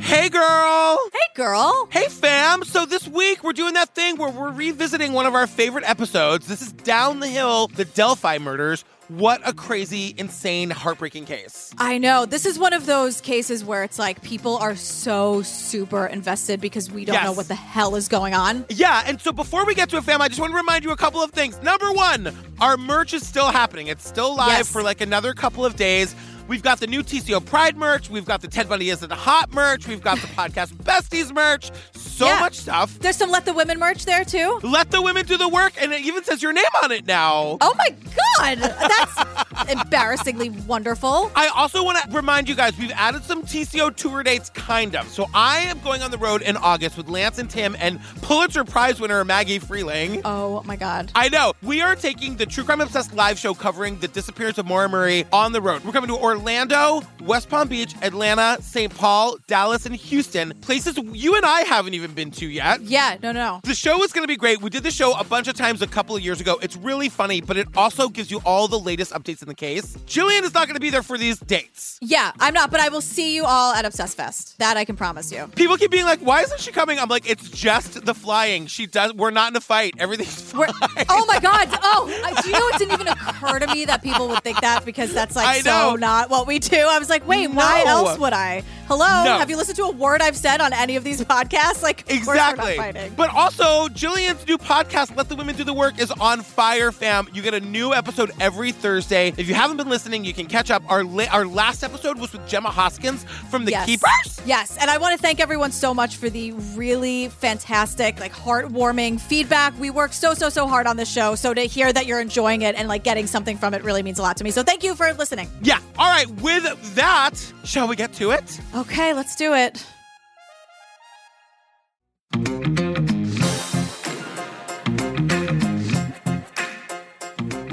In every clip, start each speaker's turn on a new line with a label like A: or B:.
A: Hey, girl.
B: Hey, girl.
A: Hey, fam. So this week we're doing that thing where we're revisiting one of our favorite episodes. This is Down the Hill, the Delphi murders. What a crazy, insane, heartbreaking case.
B: I know. This is one of those cases where it's like people are so super invested because we don't
A: Yes.
B: know what the hell is going on.
A: Yeah, and so before we get to it, fam, I just want to remind you a couple of things. Number one, our merch is still happening. It's still live
B: Yes.
A: for like another couple of days. We've got the new TCO Pride merch. We've got the Ted Bundy Isn't Hot merch. We've got the podcast Besties merch. So
B: Yeah.
A: much stuff.
B: There's some Let the Women merch there, too.
A: Let the women do the work, and it even says your name on it now.
B: Oh my God. That's embarrassingly wonderful.
A: I also want to remind you guys, we've added some TCO tour dates, kind of. So I am going on the road in August with Lance and Tim and Pulitzer Prize winner Maggie Freeling.
B: Oh my God.
A: I know. We are taking the True Crime Obsessed live show covering the disappearance of Maura Murray on the road. We're coming to Orlando, West Palm Beach, Atlanta, St. Paul, Dallas, and Houston, places you and I haven't even been to yet.
B: Yeah, no, no, no.
A: The show is going to be great. We did the show a bunch of times a couple of years ago. It's really funny, but it also gives you all the latest updates in the case. Jillian is not going to be there for these dates.
B: Yeah, I'm not, but I will see you all at Obsess Fest. That I can promise you.
A: People keep being like, "Why isn't she coming?" I'm like, "It's just the flying. She does. We're not in a fight. Everything's
B: We're,
A: fine."
B: oh my God. Oh, I- do you know it didn't even occur to me that people would think that because that's like
A: I know.
B: so not what we do. I was like, wait, why
A: No.
B: else would I? Hello?
A: No.
B: Have you listened to a word I've said on any of these podcasts? Like, of course
A: Exactly.
B: We're not fighting.
A: But also, Jillian's new podcast, Let the Women Do the Work, is on fire, fam. You get a new episode every Thursday. If you haven't been listening, you can catch up. Our la- our last episode was with Gemma Hoskins from The
B: yes.
A: Keepers.
B: Yes. And I want to thank everyone so much for the really fantastic, like heartwarming feedback. We work so, so, so hard on this show. So to hear that you're enjoying it and like getting something from it really means a lot to me. So thank you for listening.
A: Yeah. All right. With that, shall we get to it?
B: Okay, let's do it.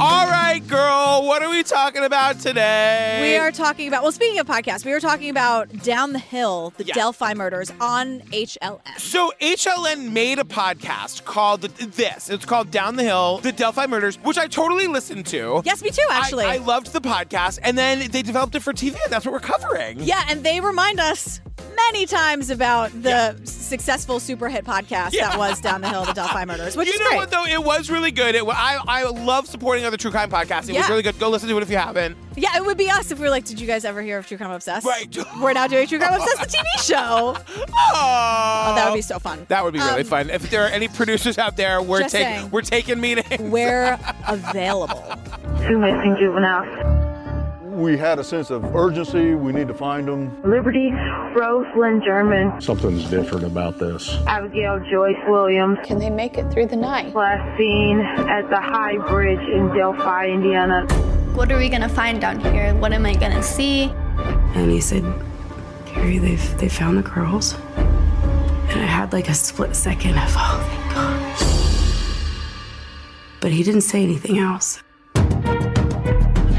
A: All right, girl. What are we talking about today?
B: We are talking about, well, speaking of podcasts, we were talking about Down the Hill, the
A: Yeah.
B: Delphi murders on HLS.
A: So HLN made a podcast called this. It's called Down the Hill: The Delphi Murders, which I totally listened to.
B: Yes, me too,
A: I-
B: actually.
A: I, loved the podcast, and then they developed it for TV, and that's what we're covering.
B: yeah, and they remind us many times about the
A: Yeah.
B: successful super hit podcast
A: Yeah.
B: that was Down the Hill, the Delphi murders, which
A: you
B: is
A: know
B: great.
A: what though? It was really good. It, wa- I I love supporting other true crime podcasts. It
B: Yeah.
A: was really good. Go listen to it if you haven't.
B: yeah, it would be us if we were like, did you guys ever hear of True Crime Obsessed?
A: Right.
B: We're now doing True Crime Obsessed, the TV show.
A: Oh,
B: Oh, that would be so fun.
A: That would be really
B: Um,
A: fun. If there are any producers out there, we're
B: Just
A: taking
B: saying.
A: we're taking meetings.
B: We're available.
C: Two missing juveniles.
D: We had a sense of urgency. We need to find them.
C: Liberty Roseland German,
D: Something's different about this.
C: Abigail Joyce Williams,
E: Can they make it through the night?
C: last seen at the High Bridge in Delphi, Indiana.
F: What are we gonna find down here? What am I gonna see?
G: And he said, Carrie, they've they found the girls. And I had like a split second of, oh, thank God. But he didn't say anything else.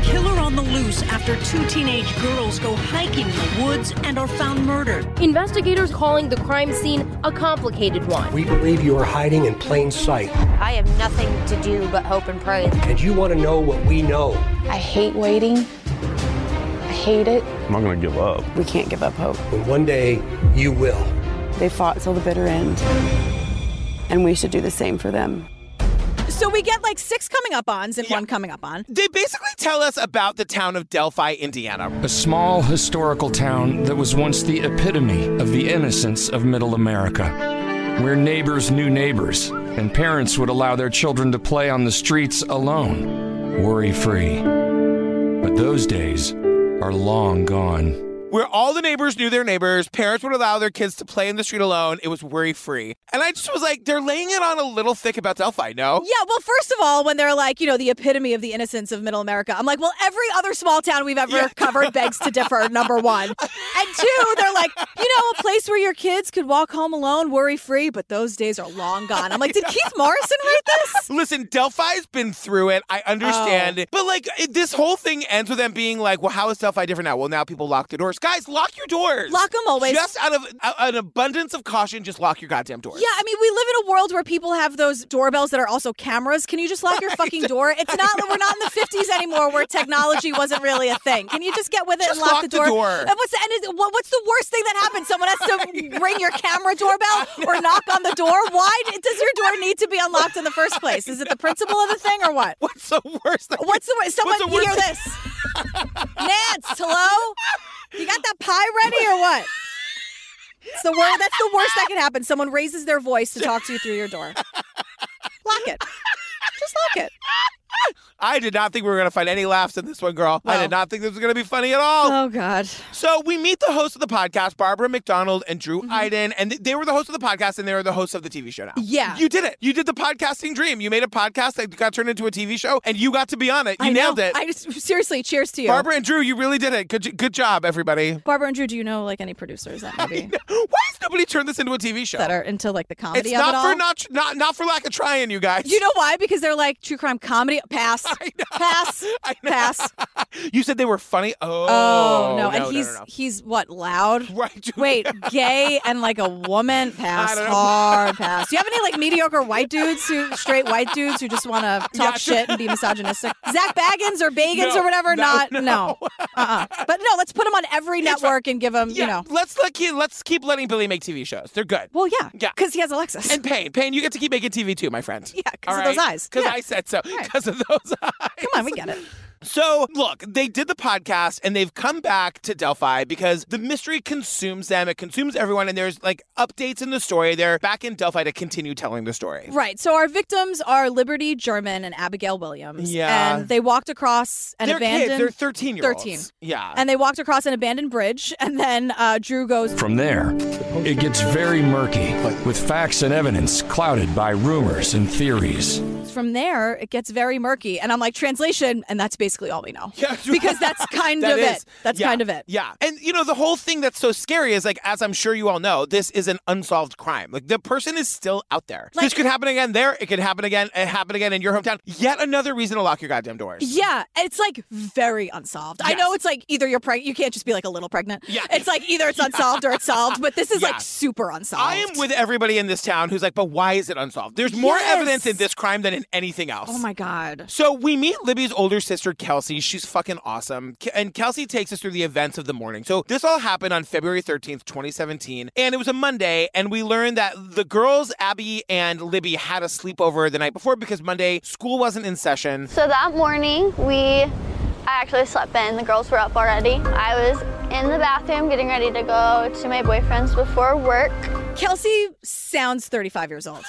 H: Killer on the loose after two teenage girls go hiking in the woods and are found murdered.
I: Investigators calling the crime scene a complicated one.
J: We believe you are hiding in plain sight,
K: I have nothing to do but hope and pray.
J: and you want to know what we know.
E: I hate waiting. I hate it.
D: I'm not going to give up.
G: We can't give up hope.
J: And one day, you will.
G: They fought till the bitter end. And we should do the same for them.
B: So we get like six coming up ons and one coming up on.
A: They basically tell us about the town of Delphi, Indiana.
H: A small historical town that was once the epitome of the innocence of middle America, where neighbors knew neighbors, and parents would allow their children to play on the streets alone, worry free. But those days are long gone.
A: Where all the neighbors knew their neighbors, parents would allow their kids to play in the street alone. It was worry free. And I just was like, they're laying it on a little thick about Delphi, no?
B: Yeah, well, first of all, when they're like, you know, the epitome of the innocence of middle America, I'm like, well, every other small town we've ever
A: Yeah.
B: covered begs to differ, number one. And two, they're like, you know, a place where your kids could walk home alone, worry free, but those days are long gone. I'm like, did Keith Morrison write this?
A: Listen, Delphi's been through it. I understand. But like it- this whole thing ends with them being like, "Well, how is Delphi different now?" Well, now people lock their doors. Guys, lock your doors.
B: Lock 'em always.
A: Just out of out- an abundance of caution, just lock your goddamn doors. doors.
B: Yeah, I mean, we live in a world where people have those doorbells that are also cameras. Can you just lock your fucking door? It's not we're not in the 50s anymore where technology wasn't really a thing. Can you just get with it
A: Just
B: and lock,
A: lock
B: the
A: the
B: door?
A: door.
B: And what's the, and is, what, what's the worst thing that happens? Someone has to ring your camera doorbell or knock on the door? Why d- does your door need to be unlocked in the first place? Is it the principle of the thing or what?
A: What's the worst thing?
B: What's the worst? Someone
A: What's the worst
B: hear
A: thing-
B: this. Nance, hello? You got that pie ready or what? It's the wor- that's the worst that can happen. Someone raises their voice to talk to you through your door. Lock it. Just lock it.
A: I did not think we were going to find any laughs in this one, girl. I
B: No.
A: did not think this was going to be funny at all.
L: Oh God.
A: So we meet the hosts of the podcast, Barbara McDonald and Drew
B: Mm-hmm.
A: Iden, and th- they were the hosts of the podcast, and they are the hosts of the TV show now.
L: Yeah.
A: you did it. You did the podcasting dream. You made a podcast that got turned into a TV show, and you got to be on it. You
B: I know.
A: nailed it.
B: I just seriously, cheers to you.
A: Barbara and Drew, you really did it. Good, j- good job, everybody.
B: Barbara and Drew, do you know like any producers that maybe
A: Why has nobody turned this into a TV show?
B: that are into like the comedy
A: it's
B: of
A: not
B: it
A: for
B: all?
A: not, tr- not not for lack of trying, you guys.
B: you know why? Because they're like true crime comedy. Pass. Pass. Pass.
A: you said they were funny. Oh,
B: Oh, no.
A: no,
B: and he's
A: no.
B: he's what, loud?
A: Right.
B: Wait, gay and like a woman? Pass.
A: don't know.
B: Hard pass. Do you have any like mediocre white dudes who straight white dudes who just want to talk
A: Yeah, sure.
B: shit and be misogynistic? Zach Baggins or Bagans
A: No,
B: or whatever?
A: no,
B: Not
A: no.
B: no. Uh-uh. But no, let's put him on every network and give him,
A: Yeah,
B: you know.
A: let's let keep, let's keep letting Billy make TV shows. They're good.
B: Well, yeah.
A: Yeah.
B: Cuz he has Alexis.
A: And Payne, Payne, you get to keep making TV too, my friend.
B: yeah, cuz of those eyes.
A: Because
B: Yeah.
A: I said so.
B: Right.
A: Because of those eyes.
B: Come on, we get it.
A: So, look, they did the podcast and they've come back to Delphi because the mystery consumes them. It consumes everyone. And there's like updates in the story. They're back in Delphi to continue telling the story.
B: Right. So our victims are Liberty German and Abigail Williams.
A: Yeah.
B: And they walked across an
A: they're
B: abandoned
A: kids. They're 13 year olds.
B: 13.
A: Yeah.
B: and they walked across an abandoned bridge and then uh, drew goes
H: From there, it gets very murky, with facts and evidence clouded by rumors and theories.
B: from there it gets very murky and i'm like translation and that's basically all we know
A: Yeah.
B: because that's kind
A: That
B: of
A: is-
B: it that's
A: yeah,
B: kind of it
A: Yeah. And you know, the whole thing that's so scary is like, as I'm sure you all know, this is an unsolved crime. Like the person is still out there. this
B: Like-
A: could happen again there, it could happen again, it happened again in your hometown. Yet another reason to lock your goddamn doors.
B: yeah it's like very unsolved i
A: Yes.
B: know it's like either you're pregnant you can't just be like a little pregnant
A: Yeah.
B: it's like either it's unsolved or it's solved but this is
A: Yeah.
B: like super unsolved
A: I am with everybody in this town who's like, but why is it unsolved? There's more
B: Yes.
A: evidence in this crime than in anything else.
B: oh my god
A: So we meet Libby's older sister, Kelsey. She's fucking awesome. Ke- And Kelsey takes us through the events of the morning. So this all happened on February 13th, 2017. And it was a Monday. And we learned that the girls, Abby and Libby, had a sleepover the night before because Monday school wasn't in session.
M: So that morning, we, I actually slept in. The girls were up already. I was in the bathroom getting ready to go to my boyfriend's before work.
B: kelsey sounds 35 years old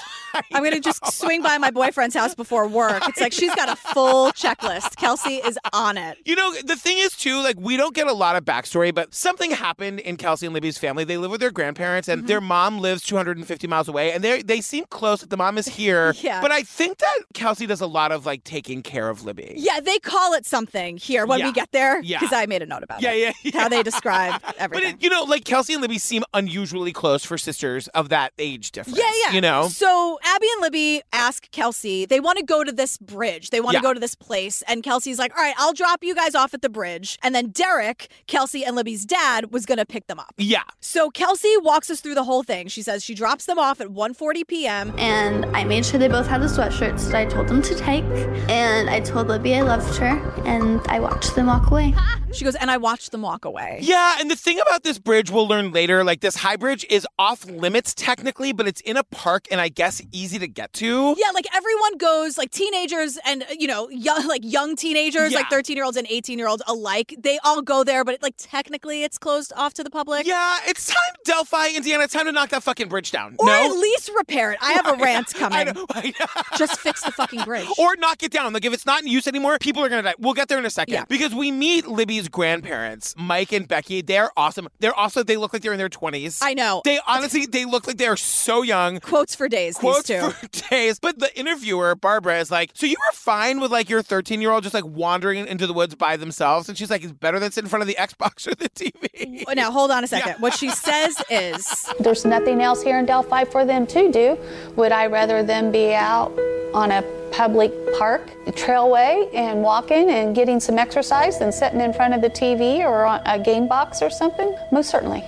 B: i'm gonna just swing by my boyfriend's house before work it's like she's got a full checklist kelsey is on it
A: You know, the thing is, too, like, we don't get a lot of backstory, but something happened in Kelsey and Libby's family. They live with their grandparents, and
B: Mm-hmm.
A: their mom lives 250 miles away, and they they seem close. The mom is here.
B: Yeah.
A: But I think that Kelsey does a lot of, like, taking care of Libby.
B: Yeah, they call it something here when
A: Yeah.
B: we get there.
A: Yeah.
B: Because I made a note about
A: Yeah,
B: it.
A: yeah, yeah.
B: How they describe
A: But
B: everything.
A: it, you know, like Kelsey and Libby seem unusually close for sisters of that age difference.
B: yeah, yeah.
A: You know,
B: So Abby and Libby ask Kelsey, they want to go to this bridge. They want to
A: Yeah.
B: go to this place. And Kelsey's like, all right, I'll drop you guys off at the bridge. And then Derek, Kelsey and Libby's dad, was going to pick them up.
A: yeah.
B: So Kelsey walks us through the whole thing. She says she drops them off at 1:40 p.m.
F: And I made sure they both had the sweatshirts that I told them to take. And I told Libby I loved her. And I watched them walk away.
B: She goes, and I watched them walk away.
A: Yeah, and the thing about this bridge we'll learn later, like this high bridge is off limits technically, but it's in a park and I guess easy to get to.
B: Yeah, like everyone goes, like teenagers and you know, young, like young teenagers,
A: Yeah.
B: like thirteen year olds and eighteen year olds alike. They all go there, but like technically, it's closed off to the public.
A: Yeah, it's time, Delphi, Indiana, time to knock that fucking bridge down.
B: Or
A: no?
B: at least repair it. I have a rant coming.
A: I know, I know.
B: Just fix the fucking bridge.
A: Or knock it down. Like if it's not in use anymore, people are gonna die. We'll get there in a second.
B: Yeah.
A: Because we meet Libby's grandparents, Mike and Becky. They're awesome. They're also they look like they're in their twenties.
B: I know.
A: They honestly they look like they are so young.
B: Quotes for days.
A: Quotes
B: these two.
A: for days. But the interviewer, Barbara, is like, So you were fine with like your 13 year old just like wandering into the woods by themselves? And she's like, It's better that's in front of the Xbox or the TV.
B: now hold on a second. What she says is,
E: There's nothing else here in Delphi for them to do. Would I rather them be out on a public park trailway and walking and getting some exercise than sitting in front of the TV or on a game box or something? Most certainly.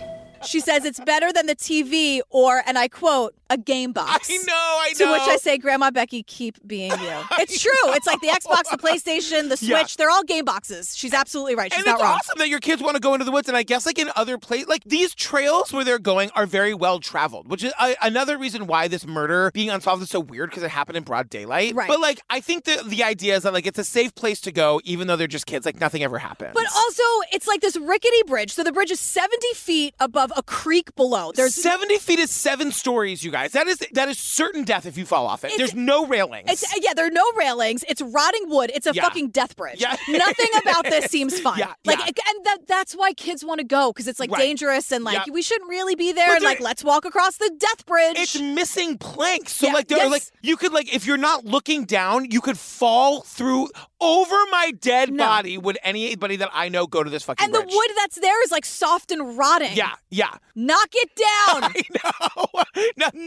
B: She says it's better than the TV or, and I quote, a game box.
A: I know, I
B: To which
A: know.
B: I say, Grandma Becky, keep being you. It's true. It's like the Xbox, the PlayStation, the Switch.
A: Yeah.
B: They're all game boxes. She's absolutely right. She's
A: and
B: not
A: it's
B: wrong.
A: awesome that your kids want to go into the woods. And I guess like in other places, like these trails where they're going are very well traveled, which is uh, another reason why this murder being unsolved is so weird because it happened in broad daylight.
B: Right.
A: But like I think the the idea is that like it's a safe place to go, even though they're just kids. Like nothing ever happened.
B: But also, it's like this rickety bridge. So the bridge is 70 feet above a creek below. There's
A: 70 feet is seven stories, you guys. That is that is certain death if you fall off it.
B: It's-
A: There's no railings.
B: It's yeah, there are no railings. It's rotting wood. It's a
A: Yeah.
B: fucking death bridge.
A: Yeah.
B: Nothing about this seems fun.
A: Yeah,
B: Like
A: yeah.
B: and that that's why kids want to go cuz it's like
A: Right.
B: dangerous and like
A: Yeah.
B: we shouldn't really be there
A: But
B: and
A: there-
B: like let's walk across the death bridge.
A: It's missing planks. So
B: Yeah,
A: like there are,
B: yes.
A: like you could like if you're not looking down, you could fall through over my dead body would anybody that I know go to this fucking
B: and the
A: bridge.
B: wood that's there is like soft and rotting.
A: Yeah, yeah.
B: Knock it down.
A: No, knock it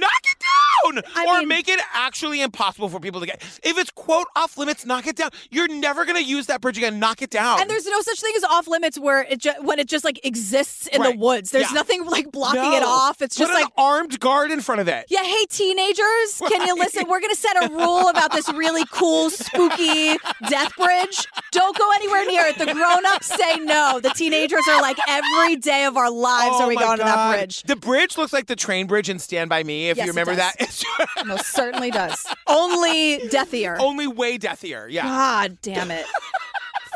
A: down! or make it actually impossible for people to get. If it's quote off limits, knock it down. You're never gonna use that bridge again. Knock it down.
B: And there's no such thing as off limits where it ju- when it just like exists in
A: Right.
B: the woods. There's
A: Yeah.
B: nothing like blocking
A: No.
B: it off. It's
A: Put
B: just
A: an
B: like
A: armed guard in front of it.
B: Yeah, hey teenagers, can you listen? We're gonna set a rule about this really cool, spooky death bridge. Don't go anywhere near it. The grown-ups say no. The teenagers are like, every day of our lives
A: Oh
B: are we
A: my
B: going to that
A: God.
B: bridge.
A: The bridge looks like the train bridge in Stand By Me, if
B: Yes,
A: you
B: it
A: remember
B: does.
A: that. It's
B: Most certainly does. Only deathier.
A: only way deathier. Yeah.
B: God damn it.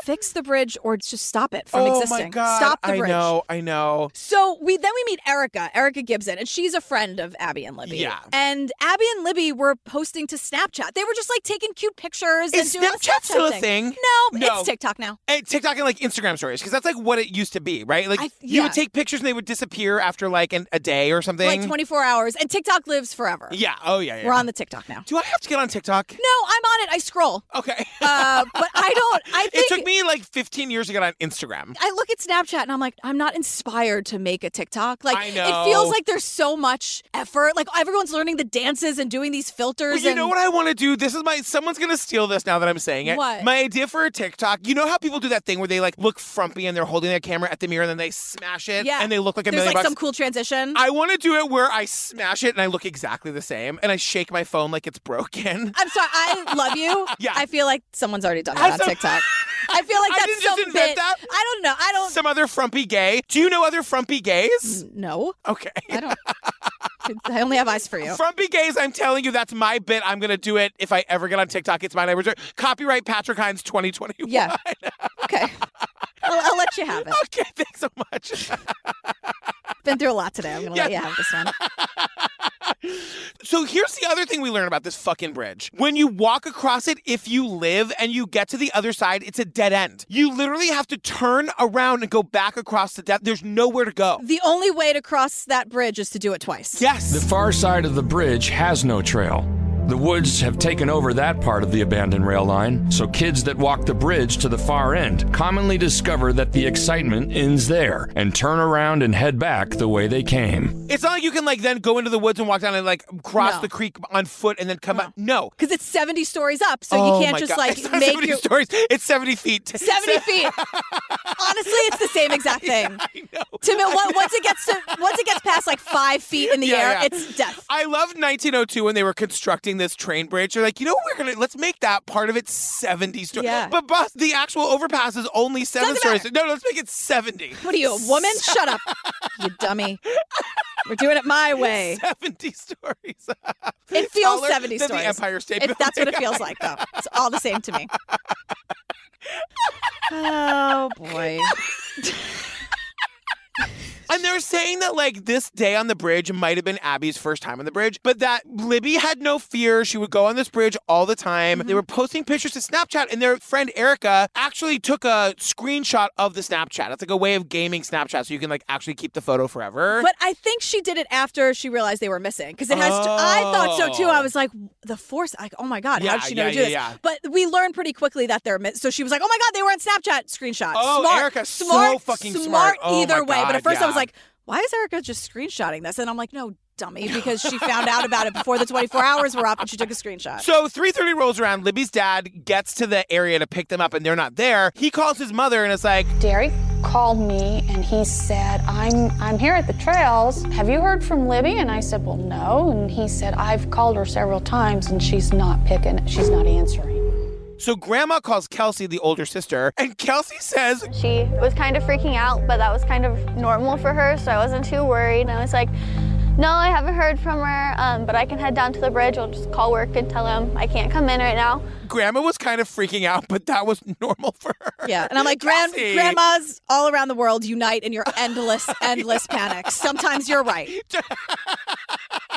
B: Fix the bridge or just stop it from
A: oh
B: existing.
A: my God.
B: Stop the
A: I
B: bridge.
A: know, I know.
B: So we then we meet Erica, Erica Gibson, and she's a friend of Abby and Libby.
A: Yeah.
B: And Abby and Libby were posting to Snapchat. They were just like taking cute pictures
A: Is
B: and doing the
A: Snapchat still a thing?
B: No,
A: No.
B: it's TikTok now.
A: And TikTok and like Instagram stories, because that's like what it used to be, right? Like
B: I-
A: you
B: yeah.
A: would take pictures and they would disappear after like an, a day or something.
B: Like 24 hours. And TikTok lives forever.
A: Yeah. Oh yeah. yeah.
B: We're on the TikTok now.
A: Do I have to get on TikTok?
B: No, I'm on it. I scroll.
A: Okay.
B: Uh, but I don't. I
A: it
B: think
A: took me like 15 years to get on Instagram.
B: I look at Snapchat and I'm like, I'm not inspired to make a TikTok. Like,
A: I
B: it feels
A: know.
B: like there's so much effort. Like everyone's learning the dances and doing these filters.
A: But you
B: and
A: know what I want to do? This is my someone's gonna steal this now that I'm saying it.
B: What?
A: My idea for a TikTok. You know how people do that thing where they like look frumpy and they're holding their camera at the mirror and then they smash it
B: Yeah.
A: and they look like a
B: There's
A: million
B: like
A: bucks.
B: some cool transition.
A: I want to do it where I smash it and I look exactly the same and I shake my phone like it's broken.
B: I'm sorry. I love you.
A: Yeah.
B: I feel like someone's already done
A: I'm
B: that on
A: so-
B: TikTok. I feel like
A: I
B: that's
A: didn't
B: some
A: just invent
B: bit-
A: that.
B: I don't know. I don't Mm.
A: Some other frumpy gay. Do you know other frumpy gays?
B: know.
A: Okay.
B: I don't. I only have eyes for you.
A: Frumpy gays, I'm telling you, that's my bit. I'm gonna do it if I ever get on TikTok. It's mine. I reserve copyright Patrick Hines 2021.
B: Yeah. Okay. I'll, I'll let you have it.
A: Okay, thanks so much.
B: Been through a lot today. I'm gonna let you have this one.
A: So here's the other thing we learn about this fucking bridge. When you walk across it, if you live and you get to the other side, it's a dead end. You literally have to turn around and go back across the death. There's nowhere to go.
B: The only way to cross that bridge is to do it twice.
A: Yes.
H: The far side of the bridge has no trail. The woods have taken over that part of the abandoned rail line, so kids that walk the bridge to the far end commonly discover that the excitement ends there and turn around and head back the way they came.
A: It's not like you can like then go into the woods and walk down and like cross
B: No.
A: the creek on foot and then come out. No.
B: Because it's 70 stories up, so
A: Oh
B: you can't
A: my
B: just
A: God.
B: like
A: it's not
B: make
A: 70
B: your
A: stories. It's 70 feet.
B: 70 feet. Honestly, it's the same exact thing.
A: I know.
B: To me, on- once it gets to once it gets past like five feet in the
A: Yeah,
B: air,
A: yeah.
B: it's death.
A: I love 1902 when they were constructing this train bridge. They're like, you know what, we're gonna let's make that part of it 70 stories.
B: Yeah.
A: But bus, the actual overpass is only 7
B: Doesn't
A: stories. No, let's make it 70.
B: What are you, a woman? Shut up, you dummy. We're doing it my way.
A: 70 stories.
B: It feels
A: Taller
B: 70
A: than the
B: stories.
A: Empire State
B: If that's what it
A: Building.
B: feels like, though. It's all the same to me. Oh, boy.
A: and they're saying that like this day on the bridge might have been Abby's first time on the bridge, but that Libby had no fear. She would go on this bridge all the time. They were posting pictures to Snapchat, and their friend Erica actually took a screenshot of the Snapchat. It's like a way of gaming Snapchat, so you can like actually keep the photo forever.
B: But I think she did it after she realized they were missing because it has. I thought so too. I was like, the force. Like, oh my god,
A: Yeah,
B: how did she know
A: yeah,
B: to do
A: yeah,
B: this?
A: yeah.
B: But we learned pretty quickly that they're. mi- So she was like, oh my god, they were on Snapchat screenshot.
A: Oh,
B: smart,
A: Erica's so
B: smart,
A: fucking smart.
B: smart.
A: Oh
B: either
A: my
B: way, but
A: God,
B: at first I was
A: yeah.
B: like, why is Erica just screenshotting this? And I'm like, no, dummy, because she found out about it before the 24 hours were up and she took a screenshot.
A: So 3:30 rolls around. Libby's dad gets to the area to pick them up, and they're not there. He calls his mother and is like,
E: Derek, called me and he said, I'm, I'm here at the trails. Have you heard from Libby? And I said, Well, no. And he said, I've called her several times and she's not picking, she's not answering.
A: So grandma calls Kelsey, the older sister, and Kelsey says,
E: She
M: was kind of freaking out, but that was kind of normal for her, so I wasn't too worried. And I was like, no, I haven't heard from her, um, but I can head down to the bridge. I'll just call work and tell them I can't come in right now.
A: Grandma was kind of freaking out, but that was normal for her.
B: Yeah, and I'm like, Grand-
A: Kelsey.
B: grandmas all around the world unite in your endless, endless panic. Sometimes you're right.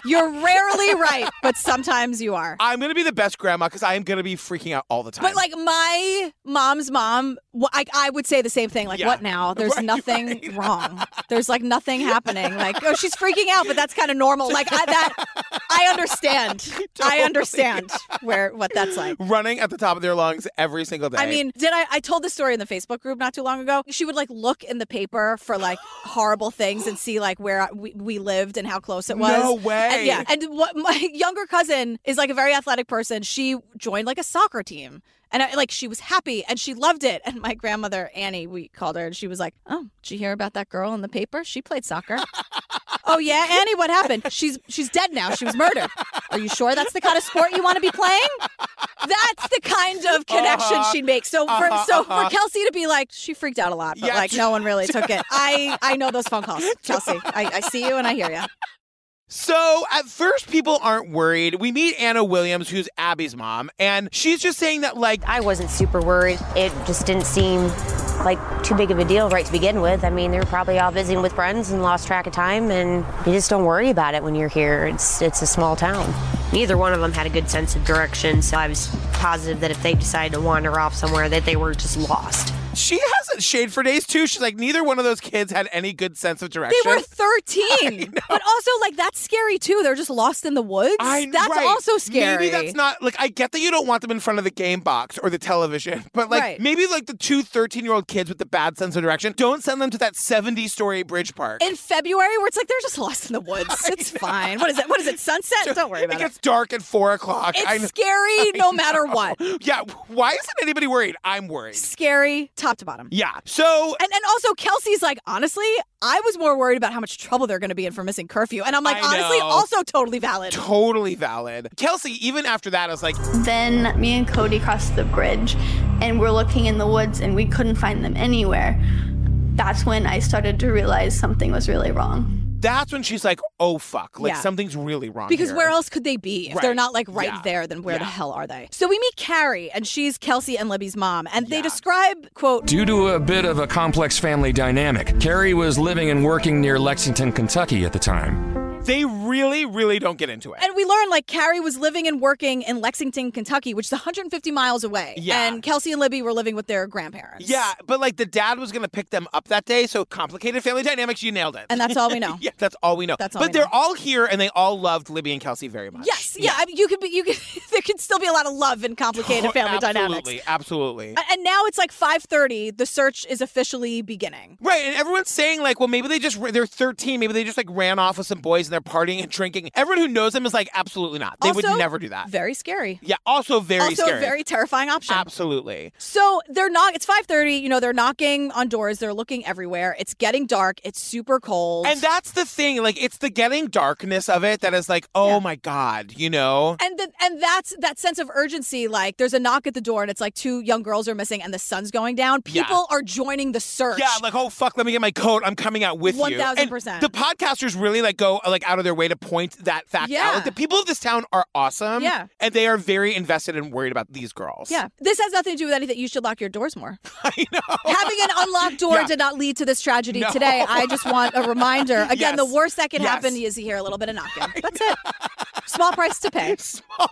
B: You're rarely right, but sometimes you are.
A: I'm going to be the best grandma because I am going to be freaking out all the time.
B: But like my mom's mom, wh- I, I would say the same thing. Like,
A: Yeah.
B: what now? There's
A: Right,
B: nothing wrong. There's like nothing happening. Like, oh, she's freaking out, but that's kind of normal. Like I, that, I understand. I understand where what that's like.
A: Running at the top of their lungs every single day.
B: I mean, did I? I told this story in the Facebook group not too long ago. She would like look in the paper for like horrible things and see like where I- we, we lived and how close it was.
A: No
B: And-
A: way.
B: yeah. And what my younger cousin is like a very athletic person. She joined like a soccer team. And I, like she was happy and she loved it. And my grandmother Annie, we called her, and she was like, "Oh, did you hear about that girl in the paper? She played soccer." oh yeah, Annie, what happened? She's she's dead now. She was murdered. Are you sure that's the kind of sport you want to be playing? That's the kind of connection
A: Uh,
I: Uh-huh.
B: she'd make. So for
I: Uh-huh,
B: so
I: uh-huh.
B: for Kelsey to be like, she freaked out a lot, but
I: Yeah.
B: like no one really took it. I I know those phone calls, Kelsey. I, I see you and I hear you.
A: So at first, people aren't worried. We meet Anna Williams, who's Abby's mom, and she's just saying that, like,
K: I wasn't super worried. It just didn't seem like too big of a deal right to begin with. I mean, they were probably all visiting with friends and lost track of time, and you just don't worry about it when you're here. It's it's a small town. Neither one of them had a good sense of direction, so I was positive that if they decided to wander off somewhere, that they were just lost.
A: she hasn't shade for days, too. She's like, neither one of those kids had any good sense of direction.
B: They were 13. But also, like, that's scary too. They're just lost in the woods.
A: I-
B: that's
A: right.
B: also scary.
A: Maybe that's not like I get that you don't want them in front of the game box or the television, but like
B: Right.
A: maybe like the two 13 year old kids with the bad sense of direction, don't send them to that 70 story bridge park.
B: in February where it's like they're just lost in the woods. It's fine. What is it? What is it? Sunset? Don't worry about it.
A: it gets dark at four o'clock.
B: It's
A: I kn-
B: scary
A: I
B: no matter what.
A: Yeah. Why isn't anybody worried? I'm worried.
B: Scary, top to bottom.
A: Yeah. So
B: And and also Kelsey's like, honestly, I was more worried about how much trouble they're gonna be in for missing curfew. And I'm like,
A: I
B: honestly,
A: know.
B: also totally valid.
A: totally valid. Kelsey, even after that, I was like,
F: Then me and Cody crossed the bridge and we're looking in the woods and we couldn't find them anywhere. That's when I started to realize something was really wrong.
A: that's when she's like, oh fuck, like
B: Yeah.
A: something's really wrong.
B: Because
A: here.
B: where else could they be? If they're
A: Right.
B: not like right
A: Yeah.
B: there, then where the
A: Yeah.
B: hell are they? So we meet Carrie, and she's Kelsey and Libby's mom, and they describe, quote,
H: Due to a bit of a complex family dynamic, Carrie was living and working near Lexington, Kentucky at the time.
A: they really, really don't get into it.
B: And we learn like Carrie was living and working in Lexington, Kentucky, which is 150 miles away.
A: Yeah.
B: And Kelsey and Libby were living with their grandparents.
A: Yeah, but like the dad was gonna pick them up that day, so complicated family dynamics. You nailed it,
B: And that's all we know.
A: yeah, that's all we know.
B: That's all
A: but
B: we
A: they're
B: know.
A: all here, and they all loved Libby and Kelsey very much.
B: Yes. Yeah. I mean, you could be. You could. there could still be a lot of love and complicated family dynamics.
A: Oh, Absolutely, absolutely.
B: A- And now it's like 5:30. The search is officially beginning.
A: Right, and everyone's saying like, well, maybe they just they're 13, maybe they just like ran off with some boys and they're partying and drinking. Everyone who knows them is like, absolutely not. They would
B: Also,
A: never do that.
B: Very scary.
A: yeah, also very
B: also
A: scary.
B: a very terrifying option.
A: absolutely.
B: So they're not. It's 5:30. You know, they're knocking on doors. They're looking everywhere. It's getting dark. It's super cold.
A: And that's the thing, like it's the getting darkness of it that is like, oh my god, you know.
B: and the, and that's that sense of urgency like there's a knock at the door and it's like two young girls are missing and the sun's going down
A: Yeah.
B: people are joining the search
A: Yeah, like oh fuck, let me get my coat. I'm coming out with you. And
B: 1000%.
A: The podcasters really like go like out of their way to point that fact
B: Yeah.
A: out. Like the people of this town are awesome.
B: Yeah.
A: and they are very invested and worried about these girls.
B: Yeah. this has nothing to do with anything you should lock your doors more having an unlocked door
A: Yeah.
B: did not lead to this tragedy
A: No.
B: today i just want a reminder again the
A: Yes.
B: worst that can
A: Yes.
B: happen is you hear a little bit of knocking that's it small price to pay
A: Small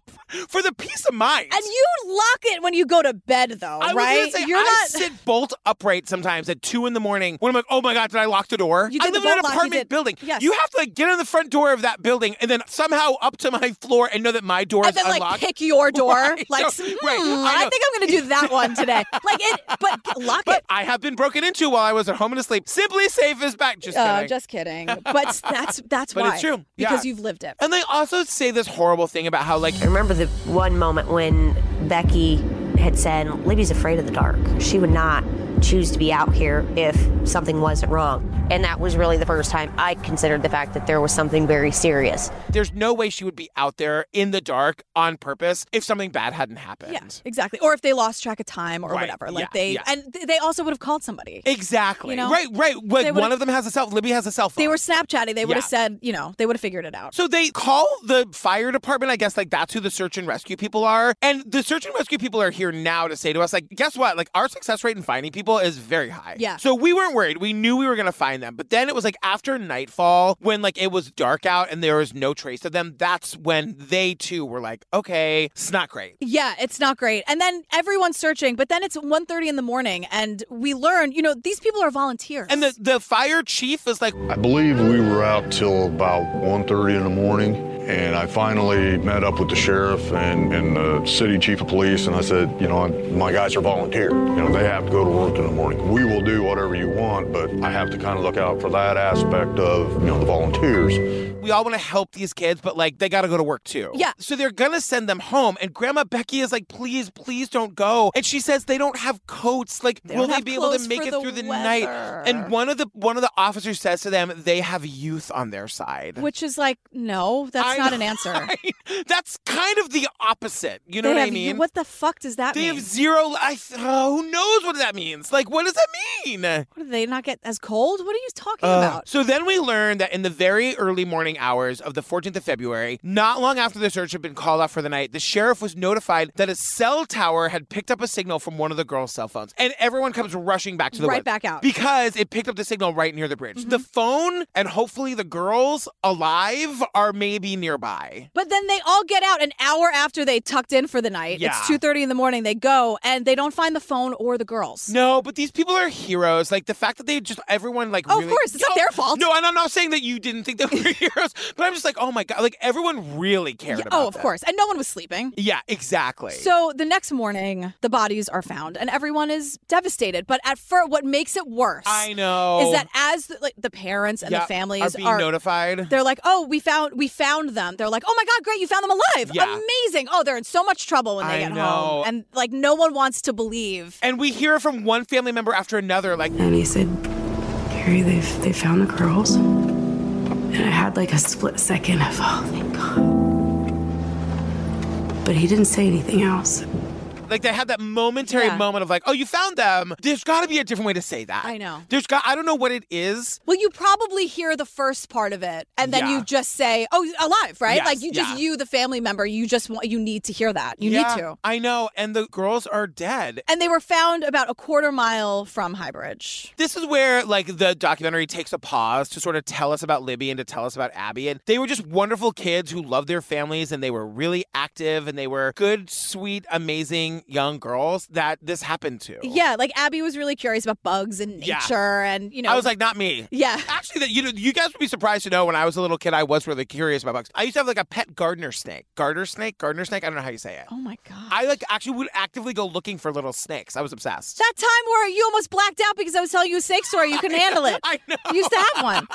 A: for the peace of mind.
B: and you lock it when you go to bed though
A: I was
B: right
A: gonna say,
B: you're
A: I
B: not
A: sit bolt upright sometimes at two in the morning when I'm like, oh my god, did I lock the door?
B: You
A: I
B: did the
A: live in an
B: bolt lock, you
A: apartment
B: did-
A: building.
B: Yes.
A: You have to like get in the front door of that building and then somehow up to my floor and know that my door
B: and
A: is
B: then
A: unlocked.
B: like pick your door
A: Right.
B: like
A: No,
B: hmm,
A: right. I
B: I,
A: know.
B: think i'm gonna do that one today like it but lock it
A: I have been broken into while I was at home and asleep. Simply safe is back. Just
B: Oh,
A: kidding.
B: just kidding. But that's that's
A: But
B: why.
A: it's true. Yeah.
B: Because you've lived it.
A: And they also say this horrible thing about how like
K: I remember the one moment when Becky had said, Libby's afraid of the dark. She would not choose to be out here if something wasn't wrong. And that was really the first time I considered the fact that there was something very serious.
A: There's no way she would be out there in the dark on purpose if something bad hadn't happened.
B: Yeah, exactly. Or if they lost track of time or
A: Right,
B: whatever. Like
A: yeah,
B: they
A: yeah.
B: and th- they also would have called somebody.
A: Exactly.
B: You know?
A: Right,
B: They
A: right. Like
B: would've-
A: one of them has a cell Libby has a cell phone.
B: They were Snapchatting. They would have
A: Yeah.
B: said, you know, they would have figured it out.
A: So they call the fire department. I guess like that's who the search and rescue people are. And the search and rescue people are here now to say to us, like, guess what? Like our success rate in finding people is very high.
B: Yeah.
A: So we weren't worried. We knew we were gonna find them. But then it was like after nightfall, when like it was dark out and there was no trace of them, that's when they too were like, okay, it's not great.
B: Yeah, it's not great. And then everyone's searching, but then it's 1.30 in the morning and we learn, you know, these people are volunteers.
A: And the, the fire chief is like,
D: I believe we were out till about 1.30 in the morning, and I finally met up with the sheriff and, and the city chief of police, and I said, you know, my guys are volunteer. You know, they have to go to work in the morning. We will do whatever you want, but I have to kind of look out for that aspect of, you know, the volunteers.
A: we all want to help these kids, but like they got to go to work too.
B: Yeah.
A: So they're going to send them home. And Grandma Becky is like, please, please don't go. And she says they don't have coats. Like,
B: They
A: will
B: don't
A: they
B: have
A: be able to
B: clothes
A: make
B: for
A: it
B: the
A: through the night? And one of the one of the officers says to them, they have youth on their side.
B: which is like, no, that's
A: I
B: not
A: know.
B: an answer.
A: That's kind of the opposite. You know
B: They
A: what I
B: have-
A: mean?
B: What the fuck does that
A: they
B: mean?
A: have zero. I, oh, who knows what that means? Like, what does that mean?
B: what, do they not get as cold? What are you talking
A: Uh,
B: about?
A: So then we learned that in the very early morning hours of the 14th of February, not long after the search had been called off for the night, the sheriff was notified that a cell tower had picked up a signal from one of the girls' cell phones. And everyone comes rushing back to the
B: Right
A: woods
B: back out. Mm-hmm.
A: Because it picked up the signal right near the bridge. The phone and hopefully the girls alive are maybe nearby.
B: But then they all get out an hour after they tucked in for the night.
A: Yeah.
B: It's 2.30 in the morning. They go and they don't find the phone or the girls.
A: No, but these people are heroes. Like the fact that they just everyone like.
B: Oh, of
A: really,
B: course. It's not their fault.
A: No, and I'm not saying that you didn't think they were heroes, but I'm just like, oh my god, like everyone really cared
B: Yeah,
A: about.
B: oh, of
A: them.
B: course. And no one was sleeping.
A: Yeah, exactly.
B: So the next morning, the bodies are found and everyone is devastated. But at first, what makes it worse
A: I know.
B: is that as the, like, the parents and
A: Yeah,
B: the families
A: are being notified?
B: they're like, "Oh, we found we found them." They're like, "Oh my god, great, you found them alive!
A: Yeah.
B: Amazing!" Oh, they're in so much trouble when they
A: I
B: get
A: know.
B: home, and like no one wants to believe.
A: and we hear from one family member after another, like,
G: And he said, Carrie, they've, they found the girls. And I had like a split second of, oh, thank God. But he didn't say anything else.
A: like they had that momentary
B: Yeah.
A: moment of like, oh, you found them. There's got to be a different way to say that.
B: I know.
A: There's got. I don't know what it is.
B: Well, you probably hear the first part of it, and then
A: Yeah.
B: you just say, "Oh, alive!" Right?
A: Yes,
B: like you just
A: yeah.
B: you, the family member, you just want you need to hear that. You
A: Yeah,
B: need to.
A: I know. And the girls are dead.
B: And they were found about a quarter mile from Highbridge.
A: This is where like the documentary takes a pause to sort of tell us about Libby and to tell us about Abby. And they were just wonderful kids who loved their families and they were really active and they were good, sweet, amazing young girls that this happened to.
B: Yeah, like Abby was really curious about bugs and nature,
A: Oh. Yeah.
B: and you know,
A: I was like, not me.
B: yeah,
A: Actually, that you know, you guys would be surprised to know. When I was a little kid, I was really curious about bugs. I used to have like a pet gardener snake, garter snake, gardener snake. I don't know how you say it.
B: oh my god,
A: I like actually would actively go looking for little snakes. I was obsessed.
B: that time where you almost blacked out because I was telling you a snake story, you can handle it.
A: I know.
B: You used to have one,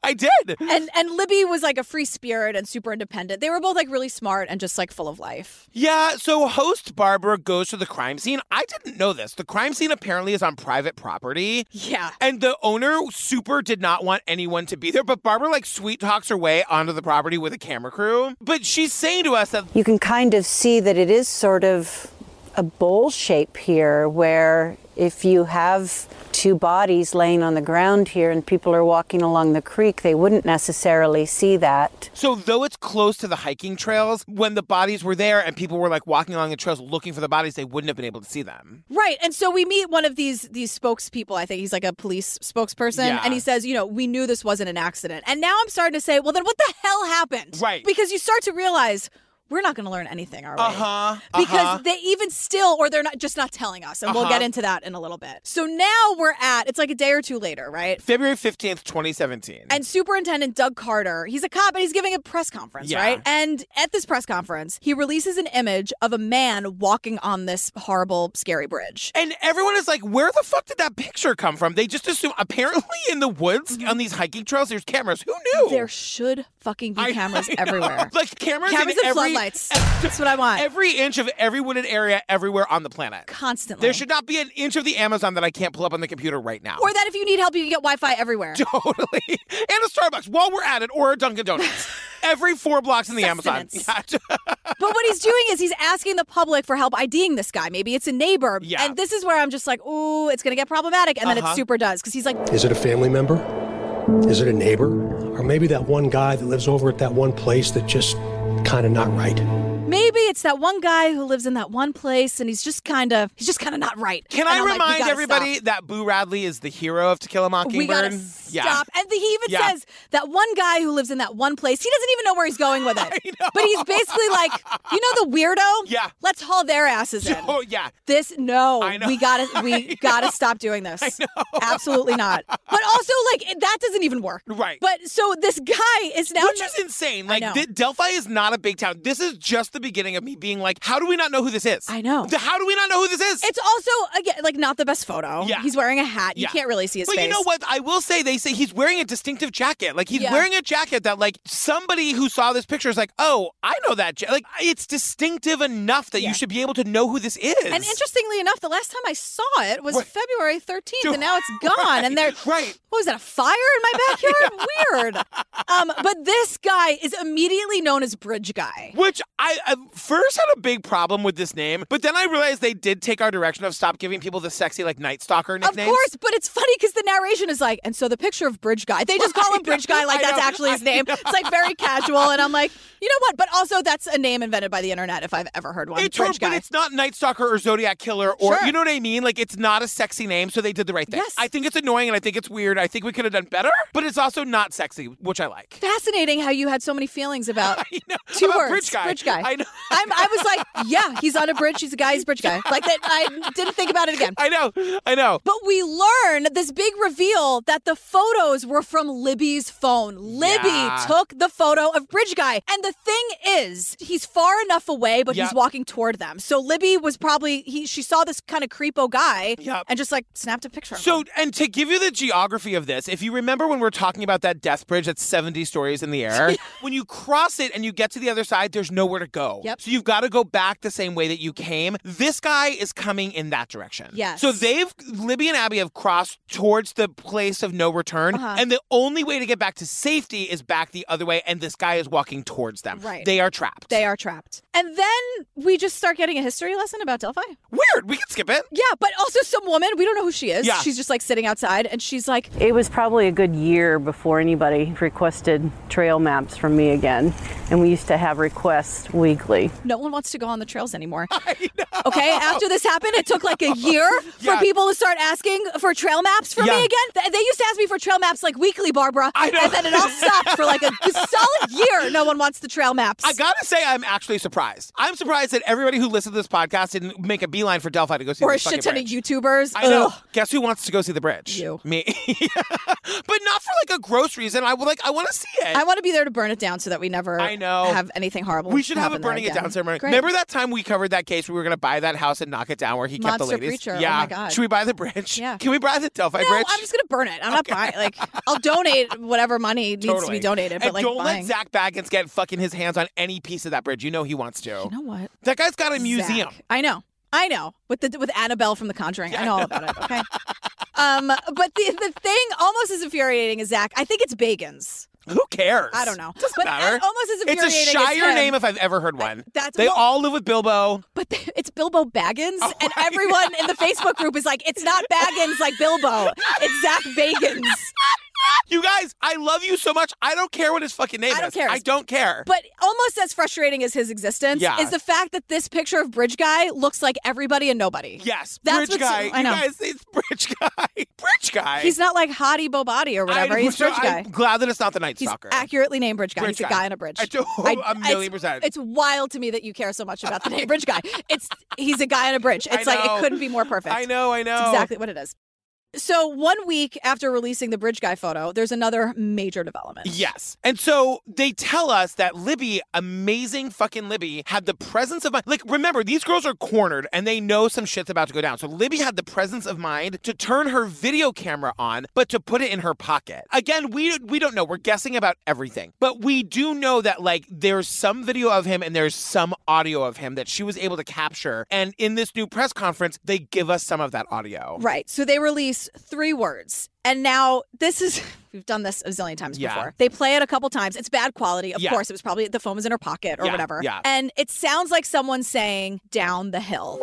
A: I did.
B: and and Libby was like a free spirit and super independent. They were both like really smart and just like full of life.
A: Yeah, so host Barbara goes to the crime scene. I didn't know this. The crime scene apparently is on private property.
B: Yeah.
A: And the owner super did not want anyone to be there, but Barbara like sweet talks her way onto the property with a camera crew. But she's saying to us that
L: You can kind of see that it is sort of a bowl shape here, where if you have two bodies laying on the ground here and people are walking along the creek, they wouldn't necessarily see that.
A: So though it's close to the hiking trails, when the bodies were there and people were like walking along the trails looking for the bodies, they wouldn't have been able to see them.
B: Right. And so we meet one of these these spokespeople. I think he's like a police spokesperson.
A: Yeah.
B: And he says, you know, we knew this wasn't an accident. And now I'm starting to say, well, then what the hell happened?
A: Right.
B: Because you start to realize we're not going to learn anything, are we?
A: Uh-huh,
B: Because
A: uh-huh.
B: they even still, or they're not just not telling us. And we'll
A: Uh-huh.
B: get into that in a little bit. So now we're at, it's like a day or two later, right?
A: February 15th, 2017.
B: And Superintendent Doug Carter, he's a cop and he's giving a press conference,
A: Yeah.
B: right? And at this press conference, he releases an image of a man walking on this horrible, scary bridge.
A: And everyone is like, where the fuck did that picture come from? They just assume apparently in the woods
B: Mm-hmm.
A: on these hiking trails there's cameras. Who knew?
B: There should fucking be
A: I-
B: cameras
A: I know.
B: everywhere.
A: Like cameras,
B: Cameras
A: in
B: and
A: every
B: highlights. That's what I want.
A: Every inch of every wooded area everywhere on the planet.
B: Constantly.
A: There should not be an inch of the Amazon that I can't pull up on the computer right now.
B: Or that if you need help, you can get Wi Fi everywhere.
A: Totally. And a Starbucks while we're at it, or a Dunkin' Donuts. Every four blocks in the Amazon. Yeah.
B: but what he's doing is he's asking the public for help IDing this guy. Maybe it's a neighbor.
A: Yeah.
B: And this is where I'm just like, ooh, it's going to get problematic. And then
J: Uh-huh.
B: it super does. Because he's like,
J: Is it a family member? Is it a neighbor? Or maybe that one guy that lives over at that one place that just kind of not right?
B: maybe it's that one guy who lives in that one place and he's just kind of, he's just kind of not right.
A: Can
B: And
A: I
B: I'm like, we
A: remind
B: gotta
A: everybody
B: stop.
A: that Boo Radley is the hero of To Kill a Mockingbird?
B: We gotta
A: Yeah.
B: stop. And he even
A: Yeah.
B: says that one guy who lives in that one place, he doesn't even know where he's going with it. But he's basically like, you know the weirdo? Yeah. Let's haul their asses in.
A: Oh yeah.
B: This no, we gotta we gotta stop doing this. Absolutely not. But also like it- that doesn't even work.
A: Right.
B: But so this guy is now
A: Which is insane. Like
B: know.
A: Di- Delphi is not a big town. This is just the beginning of me being like, how do we not know who this is? I
B: know.
A: How do we not know who this is?
B: It's also again like not the best photo.
A: Yeah.
B: He's wearing a hat. You
A: Yeah.
B: can't really see his
A: but
B: face.
A: you know what? I will say they say he's wearing a distinctive jacket. Like he's
B: Yeah.
A: wearing a jacket that like somebody who saw this picture is like, oh, I know that. Ja-. Like it's distinctive enough that you should be able to know who this is.
B: And interestingly enough, the last time I saw it was February 13th, and now it's gone. And there,
A: right?
B: What was that? A fire in my backyard? Weird. Um, but this guy is immediately known as Bridge Guy.
A: Which I at first had a big problem with this name, but then I realized they did take our direction of stop giving people the sexy like night stalker
B: Of
A: nicknames.
B: course, but it's funny because the narration is like, and so the picture of Bridge Guy, they just call him Bridge Guy like
A: I
B: that's
A: know,
B: actually his
A: I
B: name.
A: know.
B: It's like very casual, and I'm like, you know what? But also, that's a name invented by the internet if I've ever heard one.
A: It's
B: Bridge
A: her- but
B: Guy.
A: it's not Night Stalker or Zodiac Killer or
B: Sure.
A: you know what I mean. Like it's not a sexy name, so they did the right thing. I think it's annoying and I think it's weird. I think we could have done better, but it's also not sexy, which I like.
B: Fascinating how you had so many feelings about two
A: About
B: words.
A: Bridge Guy.
B: I know. I'm, I was like, yeah, he's on a bridge. He's a guy. He's a bridge guy. Like that. I didn't think about it again.
A: I know. I know.
B: But we learn this big reveal that the photos were from Libby's phone. Libby
N: Yeah.
B: took the photo of Bridge Guy. And the thing is, he's far enough away, but
N: Yep.
B: he's walking toward them. So Libby was probably he she saw this kind of creepo guy and just like snapped a picture. of him.
A: So, and to give you the geography of this, if you remember when we are talking about that death bridge that's 70 stories in the air, when you cross it and you get to the other side, there's nowhere to go.
B: Yep.
A: So you've got to go back the same way that you came. This guy is coming in that direction.
B: Yes.
A: So they've, Libby and Abby have crossed towards the place of no return.
B: Uh-huh.
A: And the only way to get back to safety is back the other way. And this guy is walking towards them.
B: Right.
A: They are trapped.
B: They are trapped. And then we just start getting a history lesson about Delphi.
A: Weird. We can skip it.
B: Yeah, but also some woman, we don't know who she is.
L: Yeah.
B: She's just like sitting outside and she's like,
L: It was probably a good year before anybody requested trail maps from me again, and we used to have requests weekly.
B: no one wants to go on the trails anymore. Okay, after this happened, it took like a year
L: Yeah.
B: for people to start asking for trail maps from
L: Yeah.
B: me again. Th- They used to ask me for trail maps like weekly, Barbara. I know. And then it all stopped for like a solid year. No one wants the trail maps.
A: I gotta say, I'm actually surprised. I'm surprised that everybody who listened to this podcast didn't make a beeline for Delphi to go see
B: or a
A: this fucking
B: shit ton
A: bridge.
B: of YouTubers.
A: I know.
B: Ugh.
A: Guess who wants to go see the bridge? You. Me. but not for like a gross reason. I would like. I want to see it.
B: I want to be there to burn it down so that we never I know. have anything horrible.
A: we should have a
B: happen there
A: burning it
B: again.
A: down ceremony.
B: Great.
A: Remember that time we covered that case? We were going to buy that house and knock it down where he kept the
B: Monster
A: ladies.
B: preacher. Oh
A: Yeah.
B: my God.
A: Should we buy the bridge?
B: Yeah.
A: Can we buy the Delphi
B: No,
A: bridge?
B: I'm just gonna burn it. I'm not buying. Like, I'll donate whatever money needs to
A: Totally.
B: be donated, but
A: and
B: like,
A: don't
B: buying.
A: let Zach Baggins get fucking his hands on any piece of that bridge. You know he wants to. You
B: know what?
A: That guy's got a museum.
B: Zach. I know. I know. With the with Annabelle from The Conjuring. I know all about it. Okay. um, but the the thing almost as infuriating as Zach, I think it's Bagans.
A: Who cares?
B: I don't know.
A: Doesn't
B: But
A: matter.
B: a- almost as
A: it's a
B: infuriating as
A: shyer
B: him.
A: name if I've ever heard one.
B: that's-
A: they
B: well-
A: all live with Bilbo.
B: But th- it's Bilbo Baggins,
A: Oh
B: and everyone in the Facebook group is like, "It's not Baggins like Bilbo. It's Zach Bagans."
A: You guys, I love you so much. I don't care what his fucking name
B: I don't
A: is.
B: care.
A: I don't care.
B: But almost as frustrating as his existence
A: Yeah.
B: is the fact that this picture of Bridge Guy looks like everybody and nobody.
A: yes,
B: That's
A: bridge
B: what's-
A: guy.
B: I know.
A: You guys, it's bridge guy. Bridge guy.
B: He's not like Hottie Bobati or whatever.
A: I-
B: He's Bridge Guy.
A: I'm glad that it's not the Night
B: He's
A: Stalker.
B: accurately named Bridge Guy.
A: Bridge
B: He's
A: guy.
B: a guy on a bridge.
A: I do- a million
B: it's-
A: percent.
B: It's wild to me that you care so much about the name Bridge Guy. It's he's a guy on a bridge.
A: I
B: It's like
A: know.
B: it couldn't be more perfect.
A: I know, I know.
B: It's exactly what it is. So, one week after releasing the bridge guy photo, there's another major development.
A: Yes. And so they tell us that Libby, amazing fucking Libby, had the presence of mind. Like, remember, these girls are cornered and they know some shit's about to go down. So Libby had the presence of mind to turn her video camera on, but to put it in her pocket. Again, we we don't know. We're guessing about everything. But we do know that like there's some video of him and there's some audio of him that she was able to capture. And in this new press conference, they give us some of that audio.
B: Right. So they release three words. And now this is we've done this a zillion times
A: Yeah.
B: before. They play it a couple times. It's bad quality, of
A: Yeah.
B: course. It was probably the phone was in her pocket or
A: Yeah,
B: whatever.
A: yeah.
B: And it sounds like someone saying down the hill.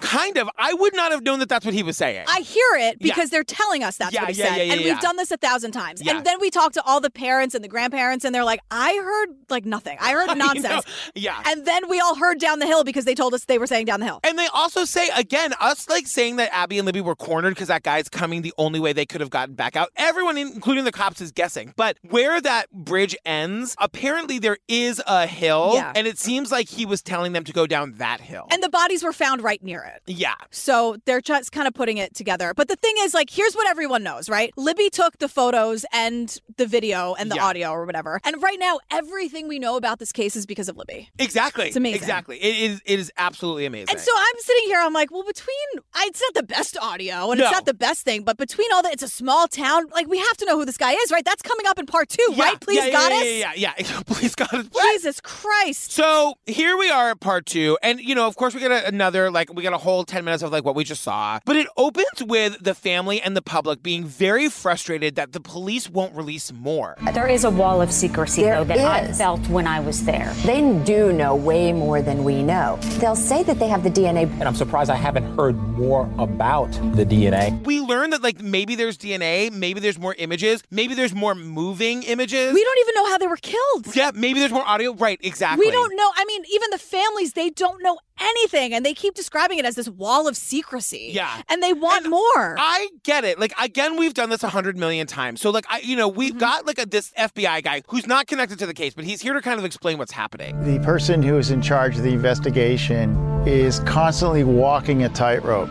A: Kind of. I would not have known that that's what he was saying.
B: I hear it
A: Yeah.
B: because they're telling us that's
A: Yeah,
B: what he
A: yeah,
B: said.
A: yeah, yeah,
B: and
A: yeah.
B: we've done this a thousand times.
A: Yeah.
B: And then we talk to all the parents and the grandparents and they're like, I heard like nothing. I heard
A: know.
B: nonsense.
A: Yeah.
B: And then we all heard down the hill because they told us they were saying down the hill.
A: And they also say again, us like saying that Abby and Libby were cornered because that guy's coming the only way they could have gotten back out. Everyone, including the cops, is guessing. But where that bridge ends, apparently there is a hill,
B: Yeah.
A: and it seems like he was telling them to go down that hill.
B: And the bodies were found right near it.
A: yeah.
B: So they're just kind of putting it together. But the thing is, like, here's what everyone knows, right? Libby took the photos and the video and the
A: Yeah.
B: audio or whatever. And right now, everything we know about this case is because of Libby.
A: Exactly.
B: It's amazing.
A: Exactly. It is. It is absolutely amazing.
B: And so I'm sitting here, I'm like, well, between I- it's not the best audio and
A: No.
B: it's not the best thing, but between all that, it's a small town. Like, we have to know who this guy is, right? That's coming up in part two, right? Please,
A: yeah, yeah,
B: Goddess.
A: Yeah, yeah, yeah. yeah. Please, Goddess.
B: Jesus Christ.
A: So here we are at part two, and you know, of course, we get a, another like we get a whole ten minutes of like what we just saw. But it opens with the family and the public being very frustrated that the police won't release more.
N: There is a wall of secrecy, though, that I
O: is.
N: felt when I was there.
O: They do know way more than we know. They'll say that they have the DNA.
P: And I'm surprised I haven't heard more about the DNA.
A: We learn that like maybe there's DNA, maybe there's more images, maybe there's more moving images.
B: We don't even know how they were killed.
A: Yeah, maybe there's more audio. Right, exactly.
B: We don't know. I mean, even the families, they don't know anything, and they keep describing it as this wall of secrecy.
A: Yeah.
B: and they want more.
A: I get it. Like again, we've done this a hundred million times. So like I, you know, we've got like a this FBI guy who's not connected to the case, but he's here to kind of explain what's happening.
Q: The person who is in charge of the investigation is constantly walking a tightrope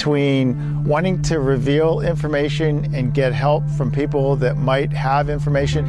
Q: between wanting to reveal information and get help from people that might have information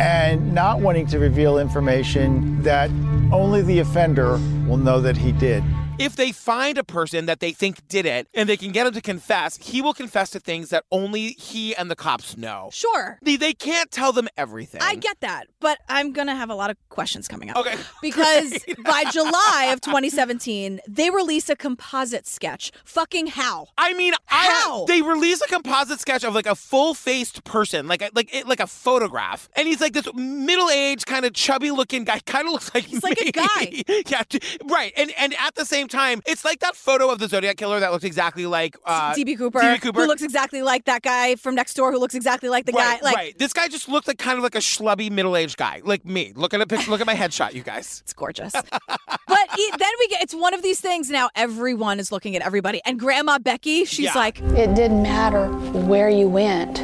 Q: and not wanting to reveal information that only the offender will know that he did.
A: If they find a person that they think did it and they can get him to confess, he will confess to things that only he and the cops know.
B: Sure.
A: They, they can't tell them everything.
B: I get that, but I'm going to have a lot of questions coming up.
A: Okay.
B: Because by July of 2017, they release a composite sketch. Fucking how?
A: I mean,
B: how?
A: They release a composite sketch of like a full-faced person, like a, like it, like a photograph, and he's like this middle-aged, kind of chubby-looking guy. Kind of looks like he's like a guy. yeah, t- right. And and at the same time, it's like that photo of the Zodiac killer that looks exactly like uh,
B: DB Cooper,
A: DB Cooper.
B: who looks exactly like that guy from next door, who looks exactly like the
A: right,
B: guy. Like,
A: right. This guy just looked like kind of like a schlubby middle-aged guy, like me. Look at a picture. look at my headshot, you guys.
B: It's gorgeous. but e- then we get it's one of these things now everyone is looking at everybody and grandma becky she's like
E: It didn't matter where you went,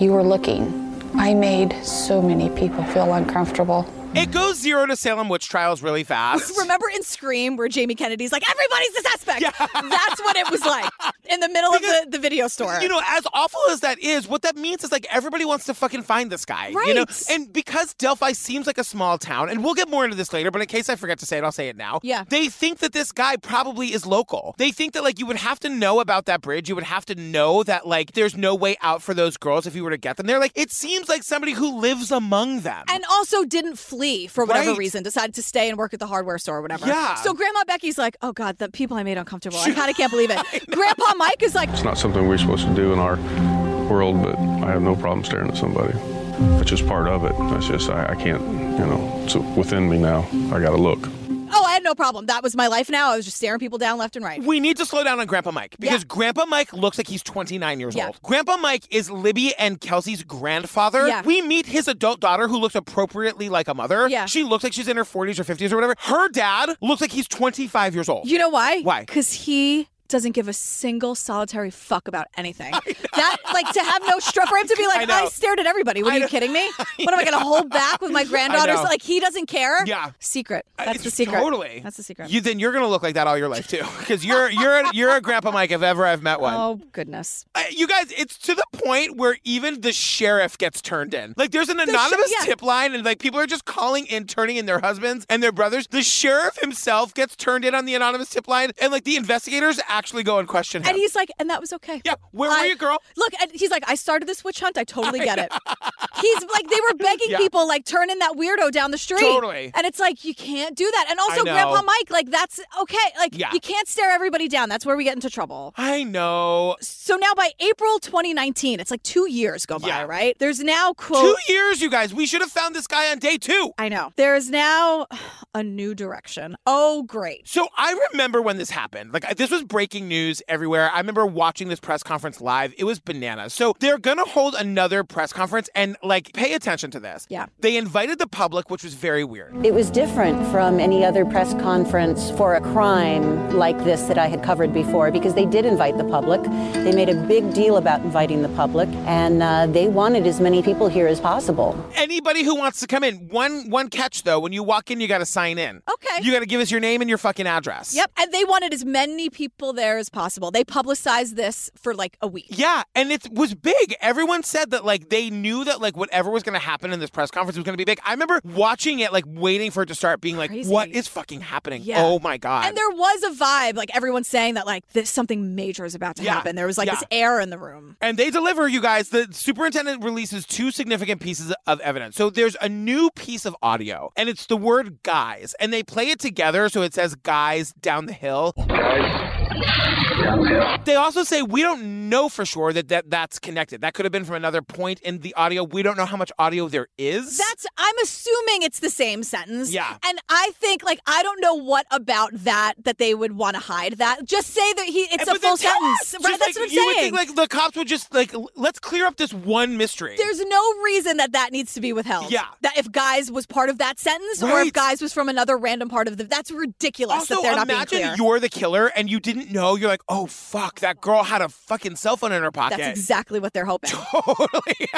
E: you were looking. I made so many people feel uncomfortable.
A: It goes zero to Salem witch trials really fast.
B: remember in scream where jamie kennedy's like everybody's the suspect that's what it was like in the middle of the, the video store
A: You know, as awful as that is, what that means is like everybody wants to fucking find this guy. You know,
B: Right.
A: and because Delphi seems like a small town, and we'll get more into this later, but in case I forget to say it, I'll say it now.
B: Yeah.
A: They think that this guy probably is local. They think that like you would have to know about that bridge. You would have to know that like there's no way out for those girls if you were to get them. They're like, it seems like somebody who lives among them.
B: and also didn't flee for whatever
A: Right.
B: reason decided to stay and work at the hardware store or whatever
A: Yeah.
B: so grandma becky's like oh god the people i made uncomfortable i kind of can't believe it grandpa mike is like
R: It's not something we're supposed to do in our world, but I have no problem staring at somebody. That's just part of it. That's just, I, I can't, you know, it's within me now. I gotta look.
B: oh i had no problem that was my life now i was just staring people down left and right
A: We need to slow down on Grandpa Mike because Grandpa Mike looks like he's 29 years
B: Yeah.
A: old. Grandpa Mike is Libby and Kelsey's grandfather.
B: Yeah.
A: We meet his adult daughter who looks appropriately like a mother.
B: Yeah.
A: She looks like she's in her 40s or 50s or whatever. Her dad looks like he's 25 years old.
B: You know why?
A: Why?
B: Because he doesn't give a single solitary fuck about anything. That like to have no struggle for him to be
A: I
B: like,
A: know.
B: I, stared at everybody. What are you kidding me? What am I going to hold back with my granddaughters?
A: know.
B: Like he doesn't care.
A: Yeah. Uh,
B: secret. That's the secret.
A: totally.
B: That's the secret.
A: You then you're gonna look like that all your life too, because you're you're you're a grandpa Mike if ever I've met one.
B: Oh goodness.
A: You guys, it's to the point where even the sheriff gets turned in. Like, there's an anonymous
B: yeah.
A: tip line, and like people are just calling in, turning in their husbands and their brothers. The sheriff himself gets turned in on the anonymous tip line, and like the investigators actually go and question him.
B: And he's like, and that was okay. Yeah,
A: where were you, girl?
B: Look, and he's like, I started this witch hunt. I totally get it. He's like, they were begging people, like, turn in that weirdo down the street.
A: Totally.
B: And it's like, you can't do that. And
A: I
B: also,
A: know.
B: Grandpa Mike, like, that's okay. Like,
A: Yeah.
B: you can't stare everybody down. That's where we get into trouble.
A: I know.
B: So now by April 2019, it's like two years go by,
A: Yeah.
B: right? There's now,
A: Two
B: quote,
A: years, you guys. We should have found this guy on day two.
B: I know. there is now a new direction. Oh, great.
A: So I remember when this happened. Like I- this was breaking news everywhere. I remember watching this press conference live. It was bananas. So they're going to hold another press conference and like pay attention to this. Yeah. They invited the public, which was very weird.
L: It was different from any other press conference for a crime like this that I had covered before because they did invite the public. They made a big deal about inviting the public, and uh, they wanted as many people here as possible.
A: Anybody who wants to come in, one one catch though, when you walk in you got to sign in.
B: Okay.
A: You got to give us your name and your fucking address.
B: Yep. And they wanted as many people there as possible. They publicized this for like a week.
A: Yeah, and it was big. Everyone said that like they knew that like whatever was going to happen in this press conference was going to be big. I remember watching it like waiting for it to start being like what is fucking happening?
B: Yeah.
A: Oh my god.
B: And there was a vibe, like everyone saying that like this something major is about to
A: Yeah,
B: happen. There was like
A: yeah.
B: this air in the room.
A: And they deliver, you guys. The superintendent releases two significant pieces of evidence. So there's a new piece of audio, and it's the word guys. And they play it together, so it says guys down the hill. They also say we don't know for sure that, that that's connected. That could have been from another point in the audio. We don't know how much audio there is.
B: That's I'm assuming it's the same sentence.
A: Yeah.
B: And I think like I don't know what about that that they would want to hide that. Just say that he it's
A: And-
B: a
A: but
B: full
A: then tell
B: sentence.
A: us!
B: Right? That's
A: Just,
B: what
A: like,
B: I'm
A: you
B: saying.
A: would think like the cops would just like l- let's clear up this one mystery.
B: There's no reason that that needs to be withheld.
A: Yeah.
B: That if guys was part of that sentence or if
A: Right.
B: guys was from another random part of the that's ridiculous
A: Also,
B: that they're not
A: imagine
B: being clear.
A: you're the killer and you didn't know. You're like, oh fuck, that girl had a fucking cell phone in her pocket.
B: That's exactly what they're hoping. Totally.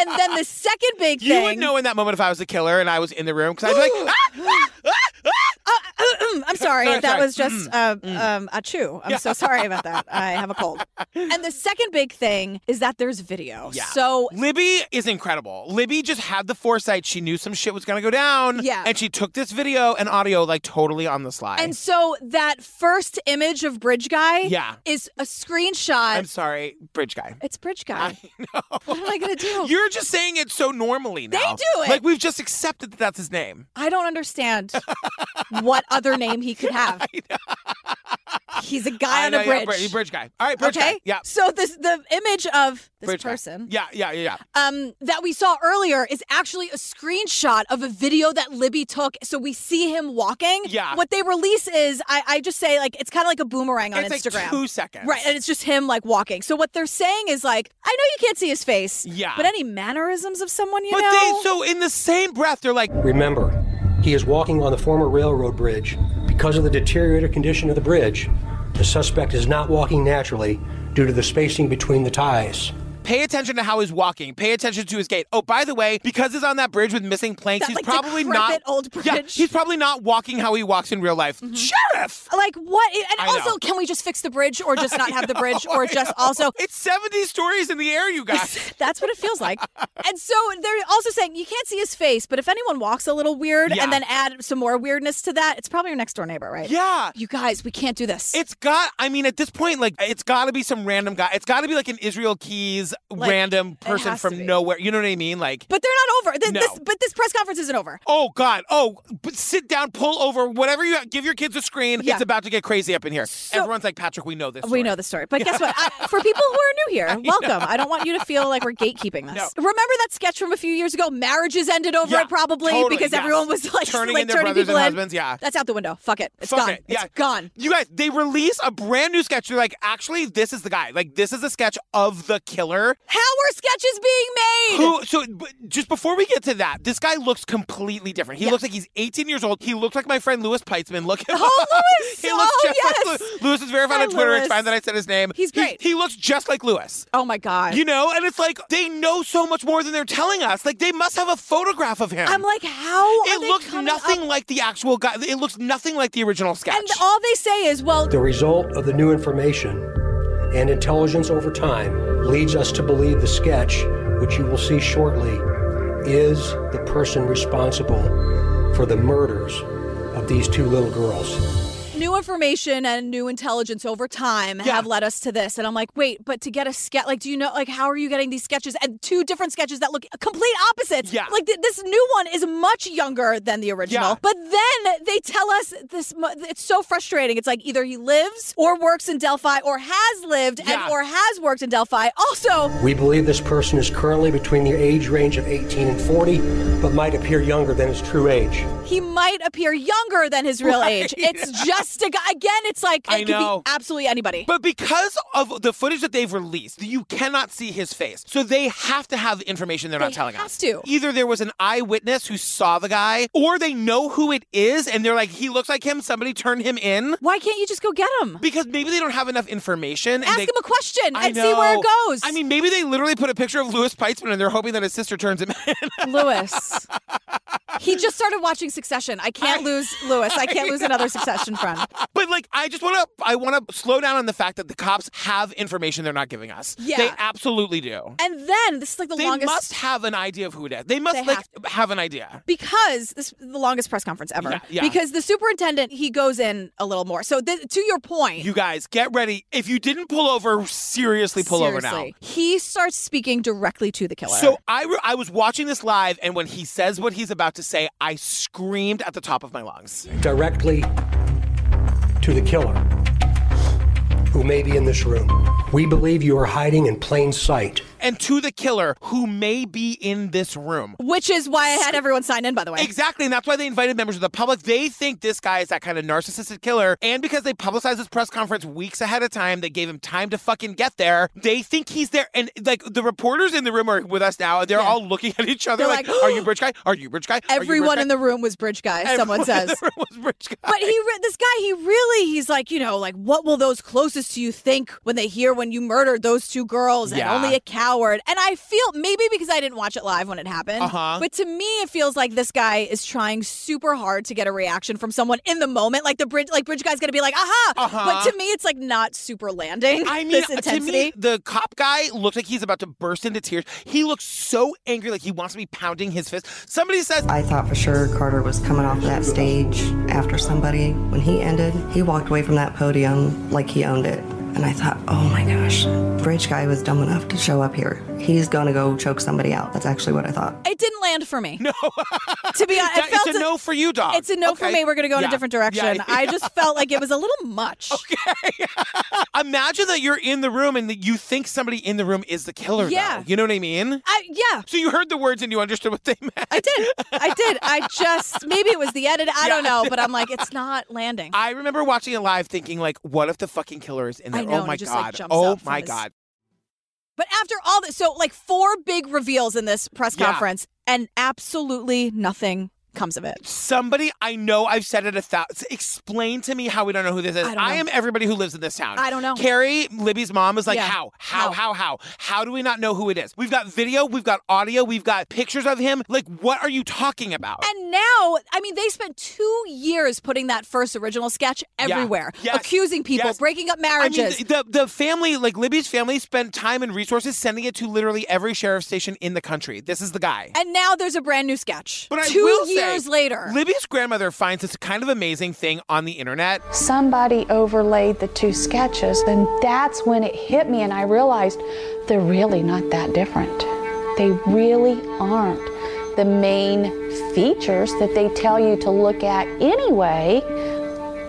B: and then the second big
A: You
B: thing
A: would know in that moment if I was the killer and I was in the room because I'd be like, ah!
B: Uh, um, I'm sorry.
A: Sorry,
B: that
A: sorry. Mm-hmm.
B: was just uh, um, a chew. I'm so sorry about that. I have a cold. And the second big thing is that there's video.
A: Yeah.
B: So
A: Libby is incredible. Libby just had the foresight. She knew some shit was gonna go down.
B: Yeah.
A: And she took this video and audio like totally on the slide.
B: and so that first image of Bridge Guy
A: Yeah.
B: is a screenshot.
A: I'm sorry, bridge guy.
B: It's Bridge Guy. What am I gonna do?
A: You're just saying it so normally now.
B: do it.
A: Like we've just accepted that that's his name.
B: I don't understand what other name he could have. He's a guy
A: I
B: on
A: know,
B: a
A: yeah,
B: bridge.
A: bri- bridge guy. All right, bridge
B: okay.
A: guy. Yeah.
B: So this the image of this
A: Bridge guy.
B: person.
A: Yeah, yeah, yeah, yeah.
B: um, that we saw earlier is actually a screenshot of a video that Libby took. So we see him walking.
A: Yeah.
B: What they release is, I, I just say, like, it's kind of like a boomerang on
A: It's like
B: Instagram.
A: two seconds.
B: Right. And it's just him, like, walking. So what they're saying is, like, I know you can't see his face.
A: Yeah.
B: But any mannerisms of someone, you
A: But
B: know?
A: they so in the same breath they're like
J: Remember, he is walking on the former railroad bridge. Because of the deteriorated condition of the bridge, the suspect is not walking naturally due to the spacing between the ties.
A: Pay attention to how he's walking. Pay attention to his gait. Oh, by the way, because he's on that bridge with missing planks,
B: That,
A: he's
B: like,
A: probably
B: decrepit
A: not
B: old
A: Yeah,
B: bridge. Mm-hmm.
A: he's probably not walking how he walks in real life. Sheriff.
B: Like what? And
A: I know.
B: also, can we just fix the bridge, or just
A: I
B: not have the bridge,
A: know,
B: or
A: I
B: just
A: know.
B: also?
A: It's seventy stories in the air, you guys.
B: That's what it feels like. and so they're also saying you can't see his face, but if anyone walks a little weird
A: Yeah.
B: and then add some more weirdness to that, it's probably your next door neighbor, right?
A: Yeah.
B: You guys, we can't do this.
A: It's got. I mean, at this point, like it's got to be some random guy. It's got to be like an Israel Keys
B: Like,
A: random
B: it
A: person
B: has to
A: from
B: be.
A: nowhere. You know what I mean? Like.
B: but they're not over. Th-
A: No.
B: This, but this press conference isn't over.
A: Oh God! Oh, but sit down, pull over, whatever you give your kids a screen.
B: Yeah.
A: It's about to get crazy up in here. Everyone's like, Patrick, we know this.
B: We know the story. But guess what? I, for people who are new here, welcome. I don't want you to feel like we're gatekeeping this.
A: No.
B: Remember that sketch from a few years ago? Marriages ended over
A: Yeah,
B: it probably
A: totally,
B: because
A: yes.
B: everyone was like
A: Turning
B: like,
A: in their
B: turning
A: brothers
B: people
A: and
B: in.
A: husbands, yeah.
B: That's out the window. Fuck it. It's
A: Fuck
B: gone.
A: it, yeah.
B: It's gone.
A: You guys, they release a brand new sketch. They're like, actually, this is the guy. Like, this is a sketch of the killer. her.
B: How were sketches being made?
A: Who? So but just before we get to that, this guy looks completely different. He looks like he's 18 years old. He looks like my friend Lewis Peitzman. Look him
B: Oh,
A: up.
B: Louis!
A: he looks
B: Oh,
A: just
B: yes.
A: like Lewis. Lewis is verified
B: Hi,
A: on Twitter.
B: Louis.
A: It's fine that I said his name.
B: He's great.
A: He, he looks just like Lewis.
B: Oh my god.
A: You know, and it's like they know so much more than they're telling us. Like they must have a photograph of him.
B: I'm like, how?
A: it looks nothing like the actual guy. It looks nothing like the original sketch.
B: And all they say is, well,
J: The result of the new information and intelligence over time leads us to believe the sketch, which you will see shortly, is the person responsible for the murders of these two little girls.
B: new information and new intelligence over time have led us to this. And I'm like, wait, but to get a sketch, like, do you know, like, how are you getting these sketches? And two different sketches that look complete opposites.
A: Yeah.
B: Like, th- this new one is much younger than the original.
A: Yeah.
B: But then they tell us this, mu- it's so frustrating. It's like either he lives or works in Delphi or has lived and or has worked in Delphi. Also,
J: We believe this person is currently between the age range of 18 and 40, but might appear younger than his true age.
B: he might appear younger than his real age. It's just a guy. Again, it's like, it
A: I
B: could
A: know.
B: be absolutely anybody.
A: But because of the footage that they've released, you cannot see his face. So they have to have information they're not telling us.
B: to.
A: Either there was an eyewitness who saw the guy, or they know who it is and they're like, he looks like him, somebody turn him in.
B: Why can't you just go get him?
A: Because maybe they don't have enough information.
B: Ask
A: and they,
B: him a question
A: I
B: and see where it
A: know.
B: goes.
A: I mean, maybe they literally put a picture of Louis Peitzman and they're hoping that his sister turns him in.
B: Lewis. he just started watching Succession. I can't lose Lewis. I can't lose another Succession friend.
A: But like, I just want to, I want to slow down on the fact that the cops have information they're not giving us.
B: Yeah.
A: They absolutely do.
B: And then this is like the
A: they
B: longest
A: must have an idea of who it is. They must
B: They
A: like
B: have
A: have, an idea.
B: because this is the longest press conference ever.
A: Yeah, yeah.
B: Because the superintendent he goes in a little more. So th- to your point,
A: You guys get ready. If you didn't pull over, seriously pull over now.
B: seriously, He starts speaking directly to the killer.
A: So I re- I was watching this live, and when he says what he's about to say, I screamed at the top of my lungs.
J: directly to the killer who may be in this room. We believe you are hiding in plain sight.
A: And to the killer who may be in this room.
B: which is why I had everyone sign in. By the way,
A: Exactly, and that's why they invited members of the public. They think this guy is that kind of narcissistic killer, and because they publicized this press conference weeks ahead of time, they gave him time to fucking get there. They think he's there, and like the reporters in the room are with us now, and they're all looking at each other
B: They're
A: like,
B: like,
A: "Are you Bridge guy? Are you Bridge guy?" Are you Bridge
B: Everyone
A: guy?"
B: in the room was bridge guy. someone
A: Everyone in
B: says.
A: the room was Bridge guy.
B: But he, re- this guy, he really, he's like, you know, like, what will those closest to you think when they hear when you murdered those two girls
A: Yeah.
B: and only a coward? And I feel maybe because I didn't watch it live when it happened,
A: Uh-huh.
B: but to me, it feels like this guy is trying super hard to get a reaction from someone in the moment. Like the bridge, like bridge guy's gonna be like, aha.
A: Uh-huh.
B: But to me, it's like not super landing.
A: I mean, uh,
B: this
A: to
B: intensity.
A: me, the cop guy looks like he's about to burst into tears. He looks so angry, like he wants to be pounding his fist. Somebody says,
S: I thought for sure Carter was coming off that stage after somebody. When he ended, he walked away from that podium like he owned it. And I thought, oh my gosh, Bridge Guy was dumb enough to show up here. He's gonna go choke somebody out. That's actually what I thought.
B: It didn't land for me. No. to be honest,
A: That-
B: it felt
A: it's a no for you, dog.
B: It's a no for
A: Okay.
B: me. We're going to go in
A: Yeah.
B: a different direction.
A: Yeah.
B: I just felt like it was a little much.
A: Imagine that you're in the room and that you think somebody in the room is the killer.
B: Yeah.
A: though. You know what I mean?
B: I, yeah.
A: So you heard the words and you understood what they meant.
B: I did. I did. I just maybe it was the edit. I don't know, but I'm like, it's not landing.
A: I remember watching it live thinking, like, what if the fucking killer is in
B: I
A: there?
B: know, and
A: oh
B: it
A: my
B: just, like,
A: God.
B: jumps
A: oh
B: up from
A: my
B: his-
A: God.
B: But after all this, so like four big reveals in this press
A: Yeah.
B: conference, and absolutely nothing comes of it.
A: Somebody, I know I've said it a thousand. Explain to me how we don't know who this is.
B: I don't
A: I,
B: know.
A: am everybody who lives in this town.
B: I don't know.
A: Carrie, Libby's mom, is like,
B: Yeah.
A: how? how? How? How? How do we not know who it is? We've got video, we've got audio, we've got pictures of him. Like, what are you talking about?
B: And now, I mean, they spent two years putting that first original sketch everywhere,
A: Yes.
B: accusing people,
A: Yes.
B: breaking up
A: I mean,
B: marriages.
A: the, the the family, like Libby's family, spent time and resources sending it to literally every sheriff's station in the country. This is the guy.
B: and now there's a brand new sketch.
A: But I
B: two
A: will say,
B: years later.
A: Libby's grandmother finds this kind of amazing thing on the internet.
E: Somebody overlaid the two sketches, and that's when it hit me, and I realized they're really not that different. They really aren't. The main features that they tell you to look at anyway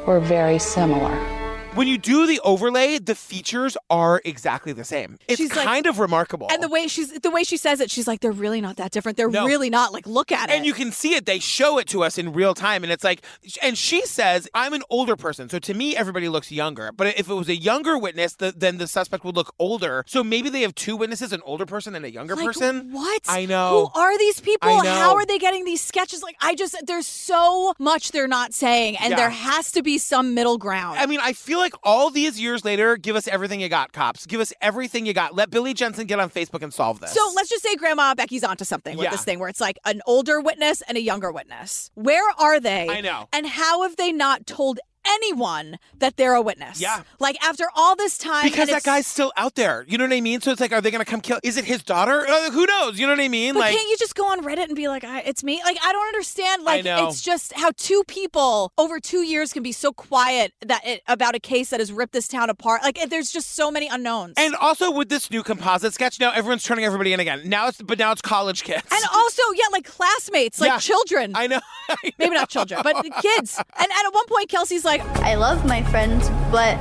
E: were very similar.
A: When you do the overlay, the features are exactly the same. It's
B: She's like-
A: kind of remarkable.
B: And the way she's the way she says it, she's like, they're really not that different. They're
A: No.
B: really not. Like, look at it.
A: And you can see it. They show it to us in real time. And it's like, and she says, I'm an older person. So to me, everybody looks younger. But if it was a younger witness, the, then the suspect would look older. So maybe they have two witnesses an older person and a younger
B: Like,
A: person.
B: What?
A: I know.
B: Who are these people?
A: I know.
B: How are they getting these sketches? Like, I just, there's so much they're not saying, and
A: Yeah.
B: there has to be some middle ground.
A: I mean, I feel like all these years later, give us everything you got, cops. Give us everything you got. Let Billy Jensen get on Facebook and solve this.
B: So let's just say Grandma Becky's onto something with
A: Yeah.
B: this thing where it's like an older witness and a younger witness. Where are they?
A: I know.
B: And how have they not told anyone that they're a witness?
A: Yeah.
B: Like after all this time, and
A: because that
B: it's-
A: guy's still out there. You know what I mean? So it's like, are they going to come kill? Is it his daughter? Uh, who knows? You know what I mean?
B: But
A: like,
B: can't you just go on Reddit and be like, I, "It's me"? Like, I don't understand. Like,
A: know.
B: it's just how two people over two years can be so quiet that it, about a case that has ripped this town apart. Like, it- there's just so many unknowns.
A: And also with this new composite sketch, now everyone's turning everybody in again. Now it's but now it's college kids.
B: And also, yeah, like classmates, like
A: Yeah.
B: children.
A: I know.
B: Maybe not children, but kids. And, and at one point, Kelsey's like,
F: I love my friends, but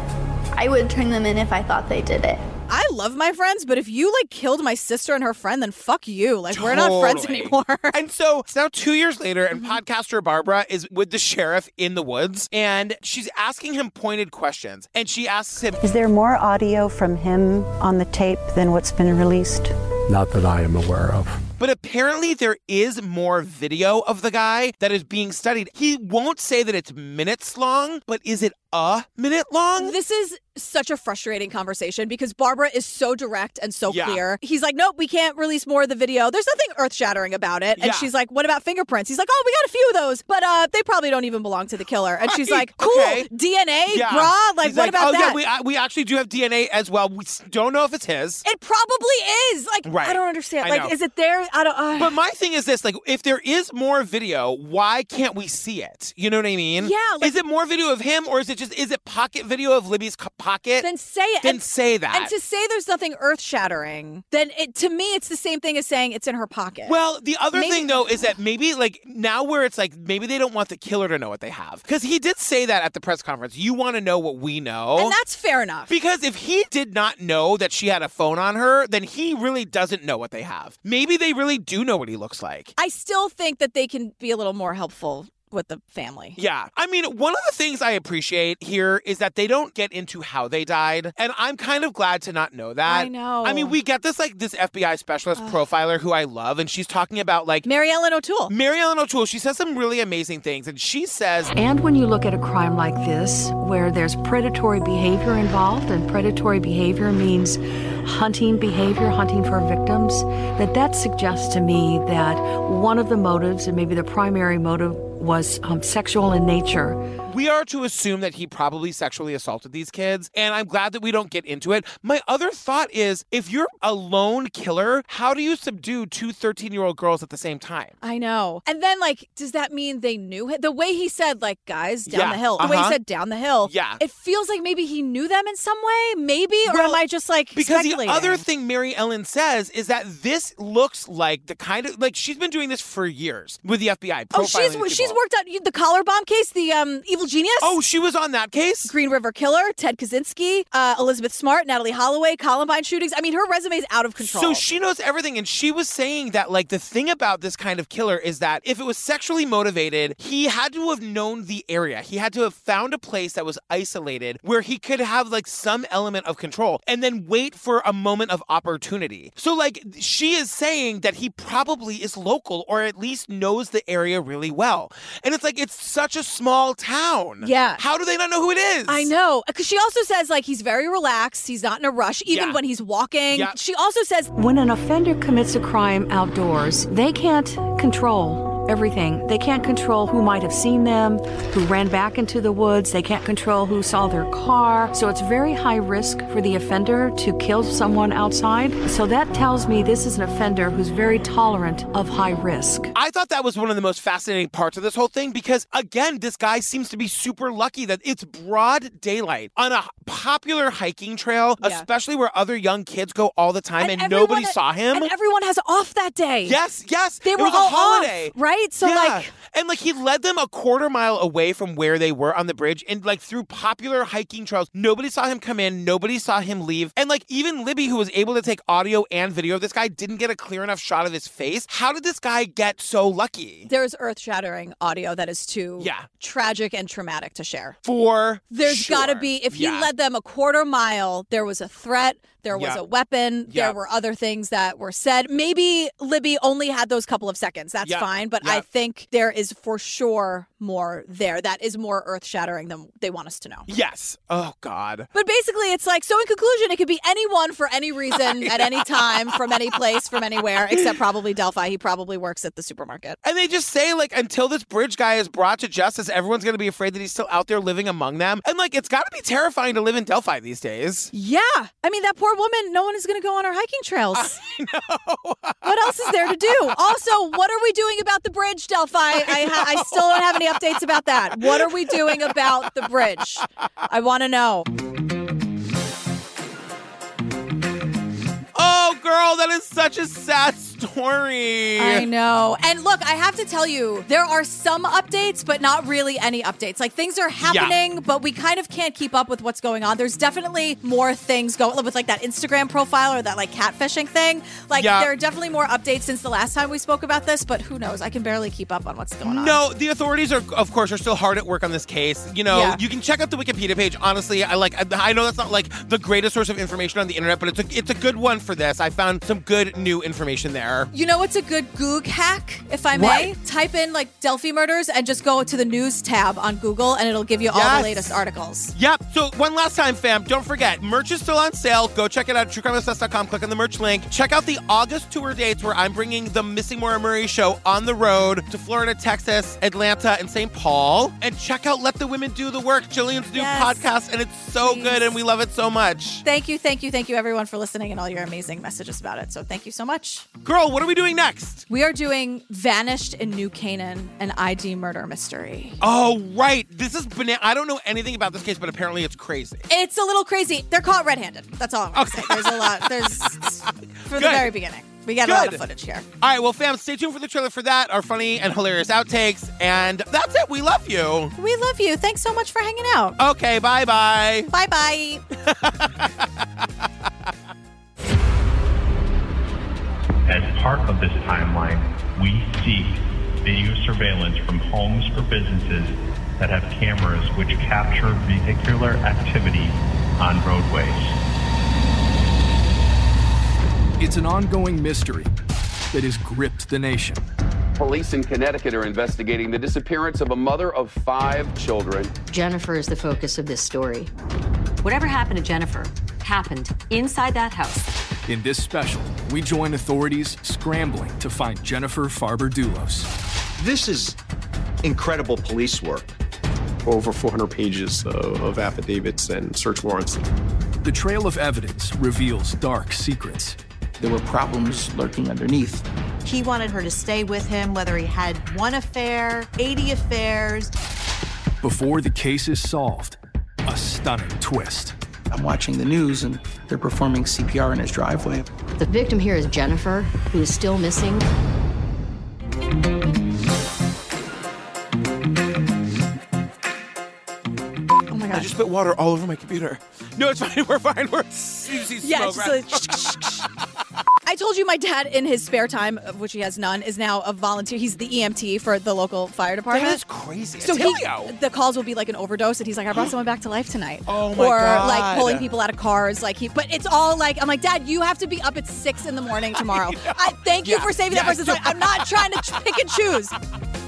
F: I would turn them in if I thought they did it.
B: I love my friends, but if you like killed my sister and her friend, then fuck you. Like, we're not friends
A: Totally.
B: anymore. Mm-hmm.
A: and so it's now two years later, and podcaster Barbara is with the sheriff in the woods, and she's asking him pointed questions. And she asks him,
L: Is there more audio from him on the tape than what's been released?
P: Not that I am aware of.
A: but apparently there is more video of the guy that is being studied. He won't say that it's minutes long, but is it a minute long?
B: This is such a frustrating conversation because Barbara is so direct and so
A: Yeah.
B: clear. He's like, nope, we can't release more of the video. There's nothing earth shattering about it. And
A: Yeah.
B: she's like, what about fingerprints? He's like, oh, we got a few of those, but uh, they probably don't even belong to the killer. And she's
A: Right,
B: like, cool,
A: okay.
B: DNA,
A: Yeah.
B: brah. Like,
A: He's
B: what about
A: oh,
B: that?
A: yeah, we, I, we actually do have DNA as well. We s- don't know if it's his.
B: it probably is. Like,
A: Right.
B: I don't understand.
A: I
B: like,
A: know.
B: is it there? I don't. Uh,
A: But my thing is this: like, if there is more video, why can't we see it? You know what I mean?
B: Yeah, like-
A: is it more video of him, or is it just is it pocket video of Libby's co- pocket?
B: then say it.
A: Then
B: and,
A: say that.
B: And to say there's nothing earth shattering, then it to me it's the same thing as saying it's in her pocket.
A: well, the other
B: Maybe-
A: thing though is that maybe like now where it's like maybe they don't want the killer to know what they have because he did say that at the press conference. You want to know what we know,
B: and that's fair enough.
A: because if he did not know that she had a phone on her, then he really doesn't know what they have. Maybe they really do know what he looks like.
B: I still think that they can be a little more helpful with the family.
A: Yeah. I mean, one of the things I appreciate here is that they don't get into how they died. And I'm kind of glad to not know that.
B: I know.
A: I mean, we get this like this FBI specialist
B: Ugh.
A: profiler who I love, and she's talking about like
B: Mary Ellen O'Toole.
A: Mary Ellen O'Toole. She says some really amazing things, and she says
G: And when you look at a crime like this, where there's predatory behavior involved, and predatory behavior means hunting behavior, hunting for victims, that that suggests to me that one of the motives, and maybe the primary motive, was um, sexual in nature.
A: we are to assume that he probably sexually assaulted these kids, and I'm glad that we don't get into it. My other thought is if you're a lone killer, how do you subdue two 13 year old girls at the same time?
B: I know. And then, like, does that mean they knew him? The way he said, like, guys, down
A: Yeah,
B: the hill. The way he
A: uh-huh.
B: said, down the hill.
A: Yeah.
B: It feels like maybe he knew them in some way, maybe? or am
A: Well,
B: I just, like,
A: because the
B: speculating?
A: other thing Mary Ellen says is that this looks like the kind of like she's been doing this for years with the FBI.
B: Oh,
A: profiling
B: she's
A: these
B: she's
A: people.
B: worked out you- the collar bomb case, the um, evil genius.
A: Oh, she was on that case.
B: Green River Killer, Ted Kaczynski, uh, Elizabeth Smart, Natalie Holloway, Columbine shootings. I mean, her resume's out of control.
A: So she knows everything, and she was saying that like the thing about this kind of killer is that if it was sexually motivated, he had to have known the area. He had to have found a place that was isolated where he could have like some element of control, and then wait for a moment of opportunity. So like she is saying that he probably is local or at least knows the area really well, and it's like it's such a small town.
B: Yeah.
A: How do they not know who it is?
B: I know. Because she also says, like, he's very relaxed. He's not in a rush, even
A: Yeah.
B: when he's walking.
A: Yeah.
B: She also says,
G: When an offender commits a crime outdoors, they can't control everything. They can't control who might have seen them, who ran back into the woods. They can't control who saw their car. So it's very high risk for the offender to kill someone outside. So that tells me this is an offender who's very tolerant of high risk.
A: I thought that was one of the most fascinating parts of this whole thing because, again, this guy seems to be super lucky that it's broad daylight on a h- popular hiking trail,
B: Yeah.
A: especially where other young kids go all the time and,
B: everyone-
A: nobody saw him.
B: And everyone has off that day.
A: yes, yes.
B: They
A: it
B: were
A: was
B: all
A: a holiday.
B: off, right?
L: right? So, like,
A: and like he led them a quarter mile away from where they were on the bridge and like through popular hiking trails. Nobody saw him come in, nobody saw him leave. And like even Libby, who was able to take audio and video of this guy, didn't get a clear enough shot of his face. How did this guy get so lucky?
B: There is earth shattering audio that is too
A: Yeah.
B: tragic and traumatic to share.
A: For
B: There's
A: sure.
B: got to be, if he
A: Yeah.
B: led them a quarter mile, there was a threat, there was
A: Yeah.
B: a weapon,
A: Yeah.
B: there were other things that were said. Maybe Libby only had those couple of seconds. That's
A: Yeah.
B: fine. But
A: Yeah.
B: I think there is for sure more there. That is more earth shattering than they want us to know.
A: Yes. Oh God.
B: But basically, it's like so. In conclusion, it could be anyone for any reason, at any time, from any place, from anywhere, except probably Delphi. He probably works at the supermarket.
A: And they just say, like, until this bridge guy is brought to justice, everyone's going to be afraid that he's still out there living among them. And, like, it's got to be terrifying to live in Delphi these days.
B: Yeah, I mean that poor woman. No one is going to go on our hiking trails. what else is there to do? Also, what are we doing about the bridge, Delphi? I, ha- I still don't have any updates about that. What are we doing about the bridge? I want to know.
A: Oh, girl, that is such a sad story.
B: I know. And look, I have to tell you, there are some updates, but not really any updates. Like things are happening, but we kind of can't keep up with what's going on. There's definitely more things going with like that Instagram profile or that like catfishing thing. Like
A: Yeah.
B: there are definitely more updates since the last time we spoke about this, but who knows? I can barely keep up on what's going on.
A: No, the authorities are, of course, are still hard at work on this case. You know,
B: Yeah.
A: you can check out the Wikipedia page. Honestly, I like. I know that's not like the greatest source of information on the internet, but it's a it's a good one for this. I found some good new information there.
B: You know what's a good Goog hack, if I may?
A: What?
B: Type in like Delphi murders and just go to the news tab on Google and it'll give you all
A: Yes.
B: the latest articles.
A: Yep. So one last time, fam, don't forget, merch is still on sale. Go check it out, truecrimeobsessed.com. Click on the merch link. Check out the August tour dates where I'm bringing the Missing Maura Murray show on the road to Florida, Texas, Atlanta, and St. Paul. And check out Let the Women Do the Work, Jillian's new
B: Yes.
A: podcast, and it's so good, and we love it so much.
B: Thank you, thank you, thank you, everyone, for listening and all your amazing messages about it. So thank you so much.
A: Girl, what are we doing next?
B: We are doing Vanished in New Canaan, an ID murder mystery.
A: Oh, right. This is banana. I don't know anything about this case, but apparently it's crazy.
B: It's a little crazy. They're caught red handed. That's all I'm going to say. There's a lot. There's from
A: Good.
B: the very beginning. We got a lot
A: Good.
B: of footage here.
A: All right, well, fam, stay tuned for the trailer for that, our funny and hilarious outtakes. And that's it. We love you.
B: We love you. Thanks so much for hanging out.
A: Okay, bye bye.
B: Bye bye.
T: As part of this timeline, we seek video surveillance from homes or businesses that have cameras which capture vehicular activity on roadways.
U: It's an ongoing mystery that has gripped the nation.
V: Police in Connecticut are investigating the disappearance of a mother of five children.
W: Jennifer is the focus of this story. Whatever happened to Jennifer happened inside that house.
U: In this special, we join authorities scrambling to find Jennifer Farber Dulos.
X: This is incredible police work. Over 400 pages of, of affidavits and search warrants.
U: The trail of evidence reveals dark secrets. There were problems lurking underneath.
Y: He wanted her to stay with him, whether he had one affair, 80 affairs.
U: Before the case is solved, a stunning twist.
X: I'm watching the news and they're performing CPR in his driveway.
W: The victim here is Jennifer, who is still missing.
B: Oh my
A: I
B: gosh.
A: just spit water all over my computer. No, it's fine. We're fine. We're you see
B: Yeah,
A: smoke
B: just
A: right-
B: I told you my dad, in his spare time, of which he has none, is now a volunteer. He's the EMT for the local fire department.
A: That is crazy.
B: So
A: It's
B: he,
A: Helio.
B: the calls will be like an overdose, and he's like, "I brought someone back to life tonight."
A: Oh my
B: or
A: God.
B: like pulling people out of cars, like he. But it's all like, I'm like, Dad, you have to be up at six in the morning tomorrow. I, thank you
A: Yeah.
B: for saving
A: Yeah,
B: that person's life. I'm not trying to pick and choose.